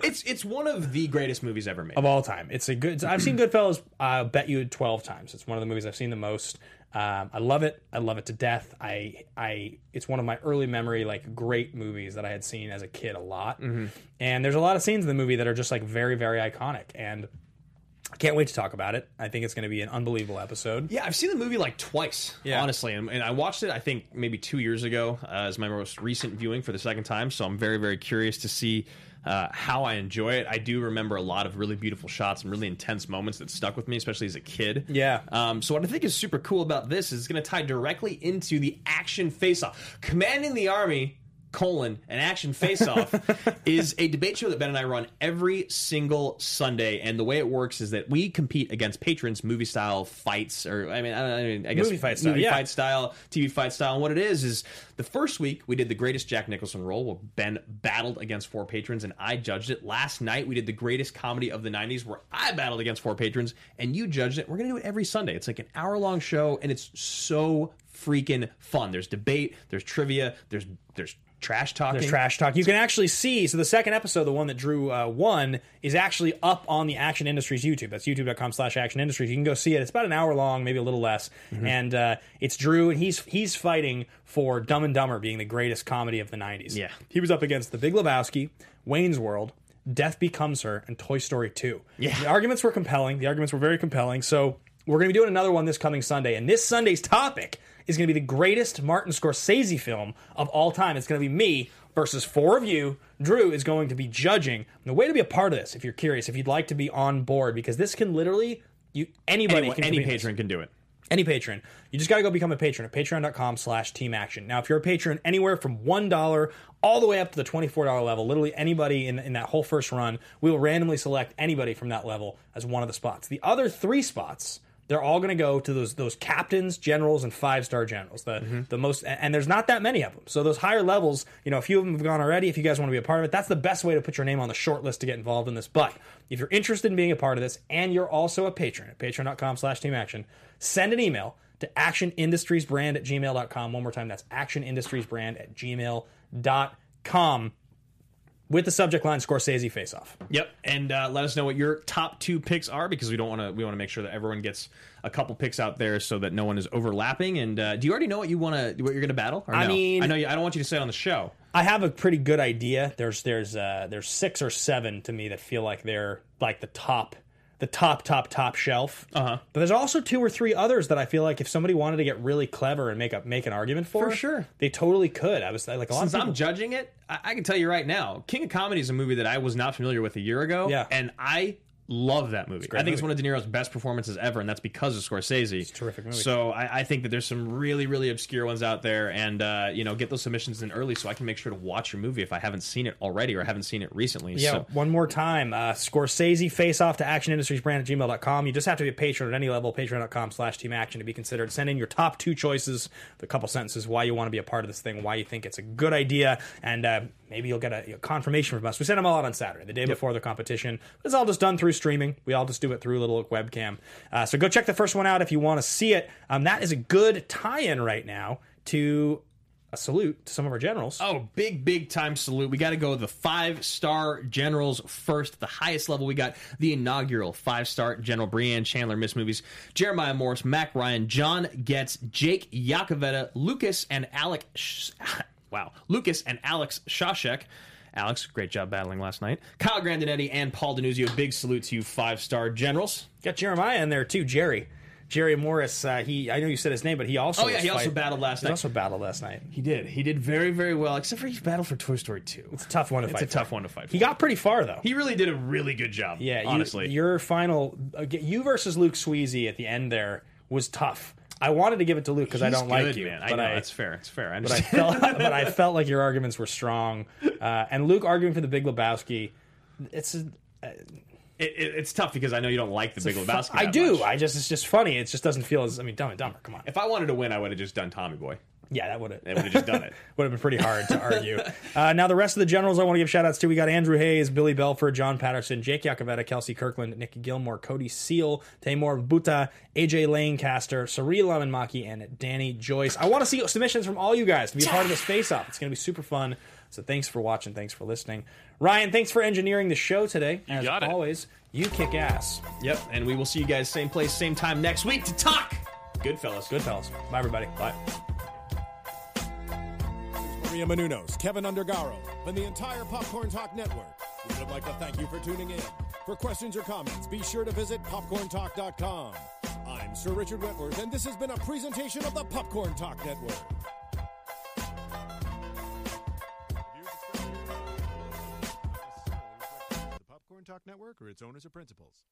Speaker 3: It's it's one of the greatest movies ever made.
Speaker 1: of all time. It's a good. I've seen Goodfellas. I bet you twelve times. It's one of the movies I've seen the most. Um, I love it. I love it to death. I I. It's one of my early memory like great movies that I had seen as a kid a lot. And there's a lot of scenes in the movie that are just like very very iconic. And I can't wait to talk about it. I think it's going to be an unbelievable episode.
Speaker 3: Yeah, I've seen the movie like twice,
Speaker 1: Yeah.
Speaker 3: honestly, and, and I watched it. I think maybe two years ago uh, as my most recent viewing for the second time. So I'm very, very curious to see uh, how I enjoy it. I do remember a lot of really beautiful shots and really intense moments that stuck with me, especially as a kid.
Speaker 1: Yeah.
Speaker 3: Um, so what I think is super cool about this is it's going to tie directly into the action face-off, commanding the army. Colon an
Speaker 1: [LAUGHS]
Speaker 3: action face-off is a debate show that Ben and I run every single Sunday, and the way it works is that we compete against patrons, movie-style fights, or I mean, I, I mean, I guess
Speaker 1: Movie fight style,
Speaker 3: movie
Speaker 1: yeah.
Speaker 3: fight style, TV fight style. And what it is is the first week we did the greatest Jack Nicholson role. Where Ben battled against four patrons, and I judged it. Last night we did the greatest comedy of the '90s, where I battled against four patrons, and you judged it. We're gonna do it every Sunday. It's like an hour long show, and it's so freaking fun. There's debate, there's trivia, there's there's trash talking.
Speaker 1: There's trash talk. You can actually see. So the second episode, the one that Drew uh, won, is actually up on the Action Industries YouTube. That's youtube.com slash Action Industries. You can go see it. It's about an hour long, maybe a little less.
Speaker 3: Mm-hmm.
Speaker 1: And uh, it's Drew, and he's he's fighting for Dumb and Dumber being the greatest comedy of the 90s.
Speaker 3: Yeah.
Speaker 1: He was up against The Big Lebowski, Wayne's World, Death Becomes Her, and Toy Story 2.
Speaker 3: Yeah.
Speaker 1: The arguments were compelling. The arguments were very compelling. So we're going to be doing another one this coming Sunday. And this Sunday's topic is going to be the greatest Martin Scorsese film of all time. It's going to be me versus four of you. Drew is going to be judging. And the way to be a part of this, if you're curious, if you'd like to be on board, because this can literally. You, anybody
Speaker 3: Anyone-
Speaker 1: can
Speaker 3: any
Speaker 1: compete in this
Speaker 3: patron can do it.
Speaker 1: any patron you just got to go become a patron at patreon.com slash team action now if you're a patron anywhere from $1 all the way up to the $24 level literally anybody in, in that whole first run we will randomly select anybody from that level as one of the spots the other three spots they're all going to go to those those captains, generals, and five star generals. The the most, and and there's not that many of them. So those higher levels, you know, a few of them have gone already. If you guys want to be a part of it, that's the best way to put your name on the short list to get involved in this. But if you're interested in being a part of this, and you're also a patron at Patreon.com/slash/TeamAction, send an email to actionindustriesbrand at gmail.com. One more time, that's actionindustriesbrand at gmail.com with the subject line Scorsese face off.
Speaker 3: Yep, and uh, let us know what your top two picks are because we don't want to. We want to make sure that everyone gets a couple picks out there so that no one is overlapping. And uh, do you already know what you want to? What you're going to battle? Or
Speaker 1: I
Speaker 3: no?
Speaker 1: mean-
Speaker 3: I know you, I don't want you to say it on the show.
Speaker 1: I have a pretty good idea. There's there's uh, there's six or seven to me that feel like they're like the top, the top top top shelf. Uh-huh. But there's also two or three others that I feel like if somebody wanted to get really clever and make up make an argument for,
Speaker 3: For sure.
Speaker 1: they totally could. I was like a lot
Speaker 3: Since
Speaker 1: of people,
Speaker 3: I'm judging it, I, I can tell you right now, King of Comedy is a movie that I was not familiar with a year ago.
Speaker 1: Yeah.
Speaker 3: and I love that movie. I think
Speaker 1: movie.
Speaker 3: it's one of De Niro's best performances ever, and that's because of Scorsese. It's a
Speaker 1: terrific movie.
Speaker 3: So I, I think that there's some really really obscure ones out there, and uh, you know, get those submissions in early so I can make sure to watch your movie if I haven't seen it already or haven't seen it recently.
Speaker 1: Yeah,
Speaker 3: So-
Speaker 1: one more time. Uh, Scorsese face off to actionindustriesbrand at gmail.com. You just have to be a patron at any level, patreon.com slash team action to be considered. Send in your top two choices, the couple sentences, why you want to be a part of this thing, why you think it's a good idea, and uh, maybe you'll get a, a confirmation from us. We send them all out on Saturday, the day before the competition. It's all just done through streaming. We all just do it through a little webcam. Uh, so go check the first one out if you want to see it. Um, that is a good tie in right now to a salute to some of our generals.
Speaker 3: Oh, big, big time salute. We got to go with the five star generals first. The highest level we got the inaugural five star general Brianne Chandler, Miss Movies, Jeremiah Morris, Mac Ryan, John Getz, Jake Yakoveta, Lucas, and Alec. Sh- [LAUGHS] wow. Lucas and Alex Shashek. Alex, great job battling last night. Kyle Grandinetti and Paul Denuzio, big salute to you, five star generals.
Speaker 1: Got Jeremiah in there too, Jerry. Jerry Morris, uh, he I know you said his name, but he also
Speaker 3: Oh, yeah,
Speaker 1: was
Speaker 3: he also
Speaker 1: fight-
Speaker 3: battled last
Speaker 1: he
Speaker 3: night.
Speaker 1: also battled last night.
Speaker 3: He did. He did very, very well, except for he battled for Toy Story 2.
Speaker 1: It's a tough one to
Speaker 3: It's
Speaker 1: fight.
Speaker 3: a tough one to fight
Speaker 1: He
Speaker 3: for.
Speaker 1: got pretty far though.
Speaker 3: He really did a really good job.
Speaker 1: yeah, you-
Speaker 3: honestly.
Speaker 1: your final uh, you versus Luke Sweezy at the end there was tough. I wanted to give it to Luke because I
Speaker 3: He's
Speaker 1: don't like
Speaker 3: good,
Speaker 1: you,
Speaker 3: Man. I
Speaker 1: but
Speaker 3: know it's fair. It's fair.
Speaker 1: [LAUGHS]
Speaker 3: I
Speaker 1: but I
Speaker 3: understand. [LAUGHS]
Speaker 1: felt but I felt like your arguments were strong. Uh, and Luke arguing for the Big Lebowski, it's a,
Speaker 3: it, it, it's tough because I know you don't like the Big Lebowski.
Speaker 1: I
Speaker 3: that
Speaker 1: do.
Speaker 3: much.
Speaker 1: I just it's just funny. It just doesn't feel as I mean, Dumb and Dumber. Come
Speaker 3: [LAUGHS]
Speaker 1: on.
Speaker 3: if I wanted to win, I would have just done Tommy Boy.
Speaker 1: Yeah, that would have
Speaker 3: I would have just
Speaker 1: [LAUGHS]
Speaker 3: done it.
Speaker 1: would have been pretty hard to
Speaker 3: [LAUGHS]
Speaker 1: argue. uh, now, the rest of the generals I want to give shout outs to. We got Andrew Hayes, Billy Belford, John Patterson, Jake Yakoveta, Kelsey Kirkland, Nick Gilmore, Cody Seal, Tamor Buta, AJ Lancaster, Sari Lemonmaki, and Danny Joyce. I want to see submissions from all you guys to be a part of this face off. It's going to be super fun. So thanks for watching. Thanks for listening. Ryan, thanks for engineering the show today. As
Speaker 4: got it.
Speaker 1: always, you kick ass.
Speaker 3: Yep. And we will see you guys same place, same time next week to talk. Good fellas.
Speaker 1: Good fellas. Bye, everybody. Bye.
Speaker 2: Maria Menounos, Kevin Undergaro, and the entire Popcorn Talk Network. We would like to thank you for tuning in. For questions or comments, be sure to visit popcorntalk.com. I'm Sir Richard Wentworth, and this has been a presentation of the Popcorn Talk Network. The Popcorn Talk Network or its owners or principals.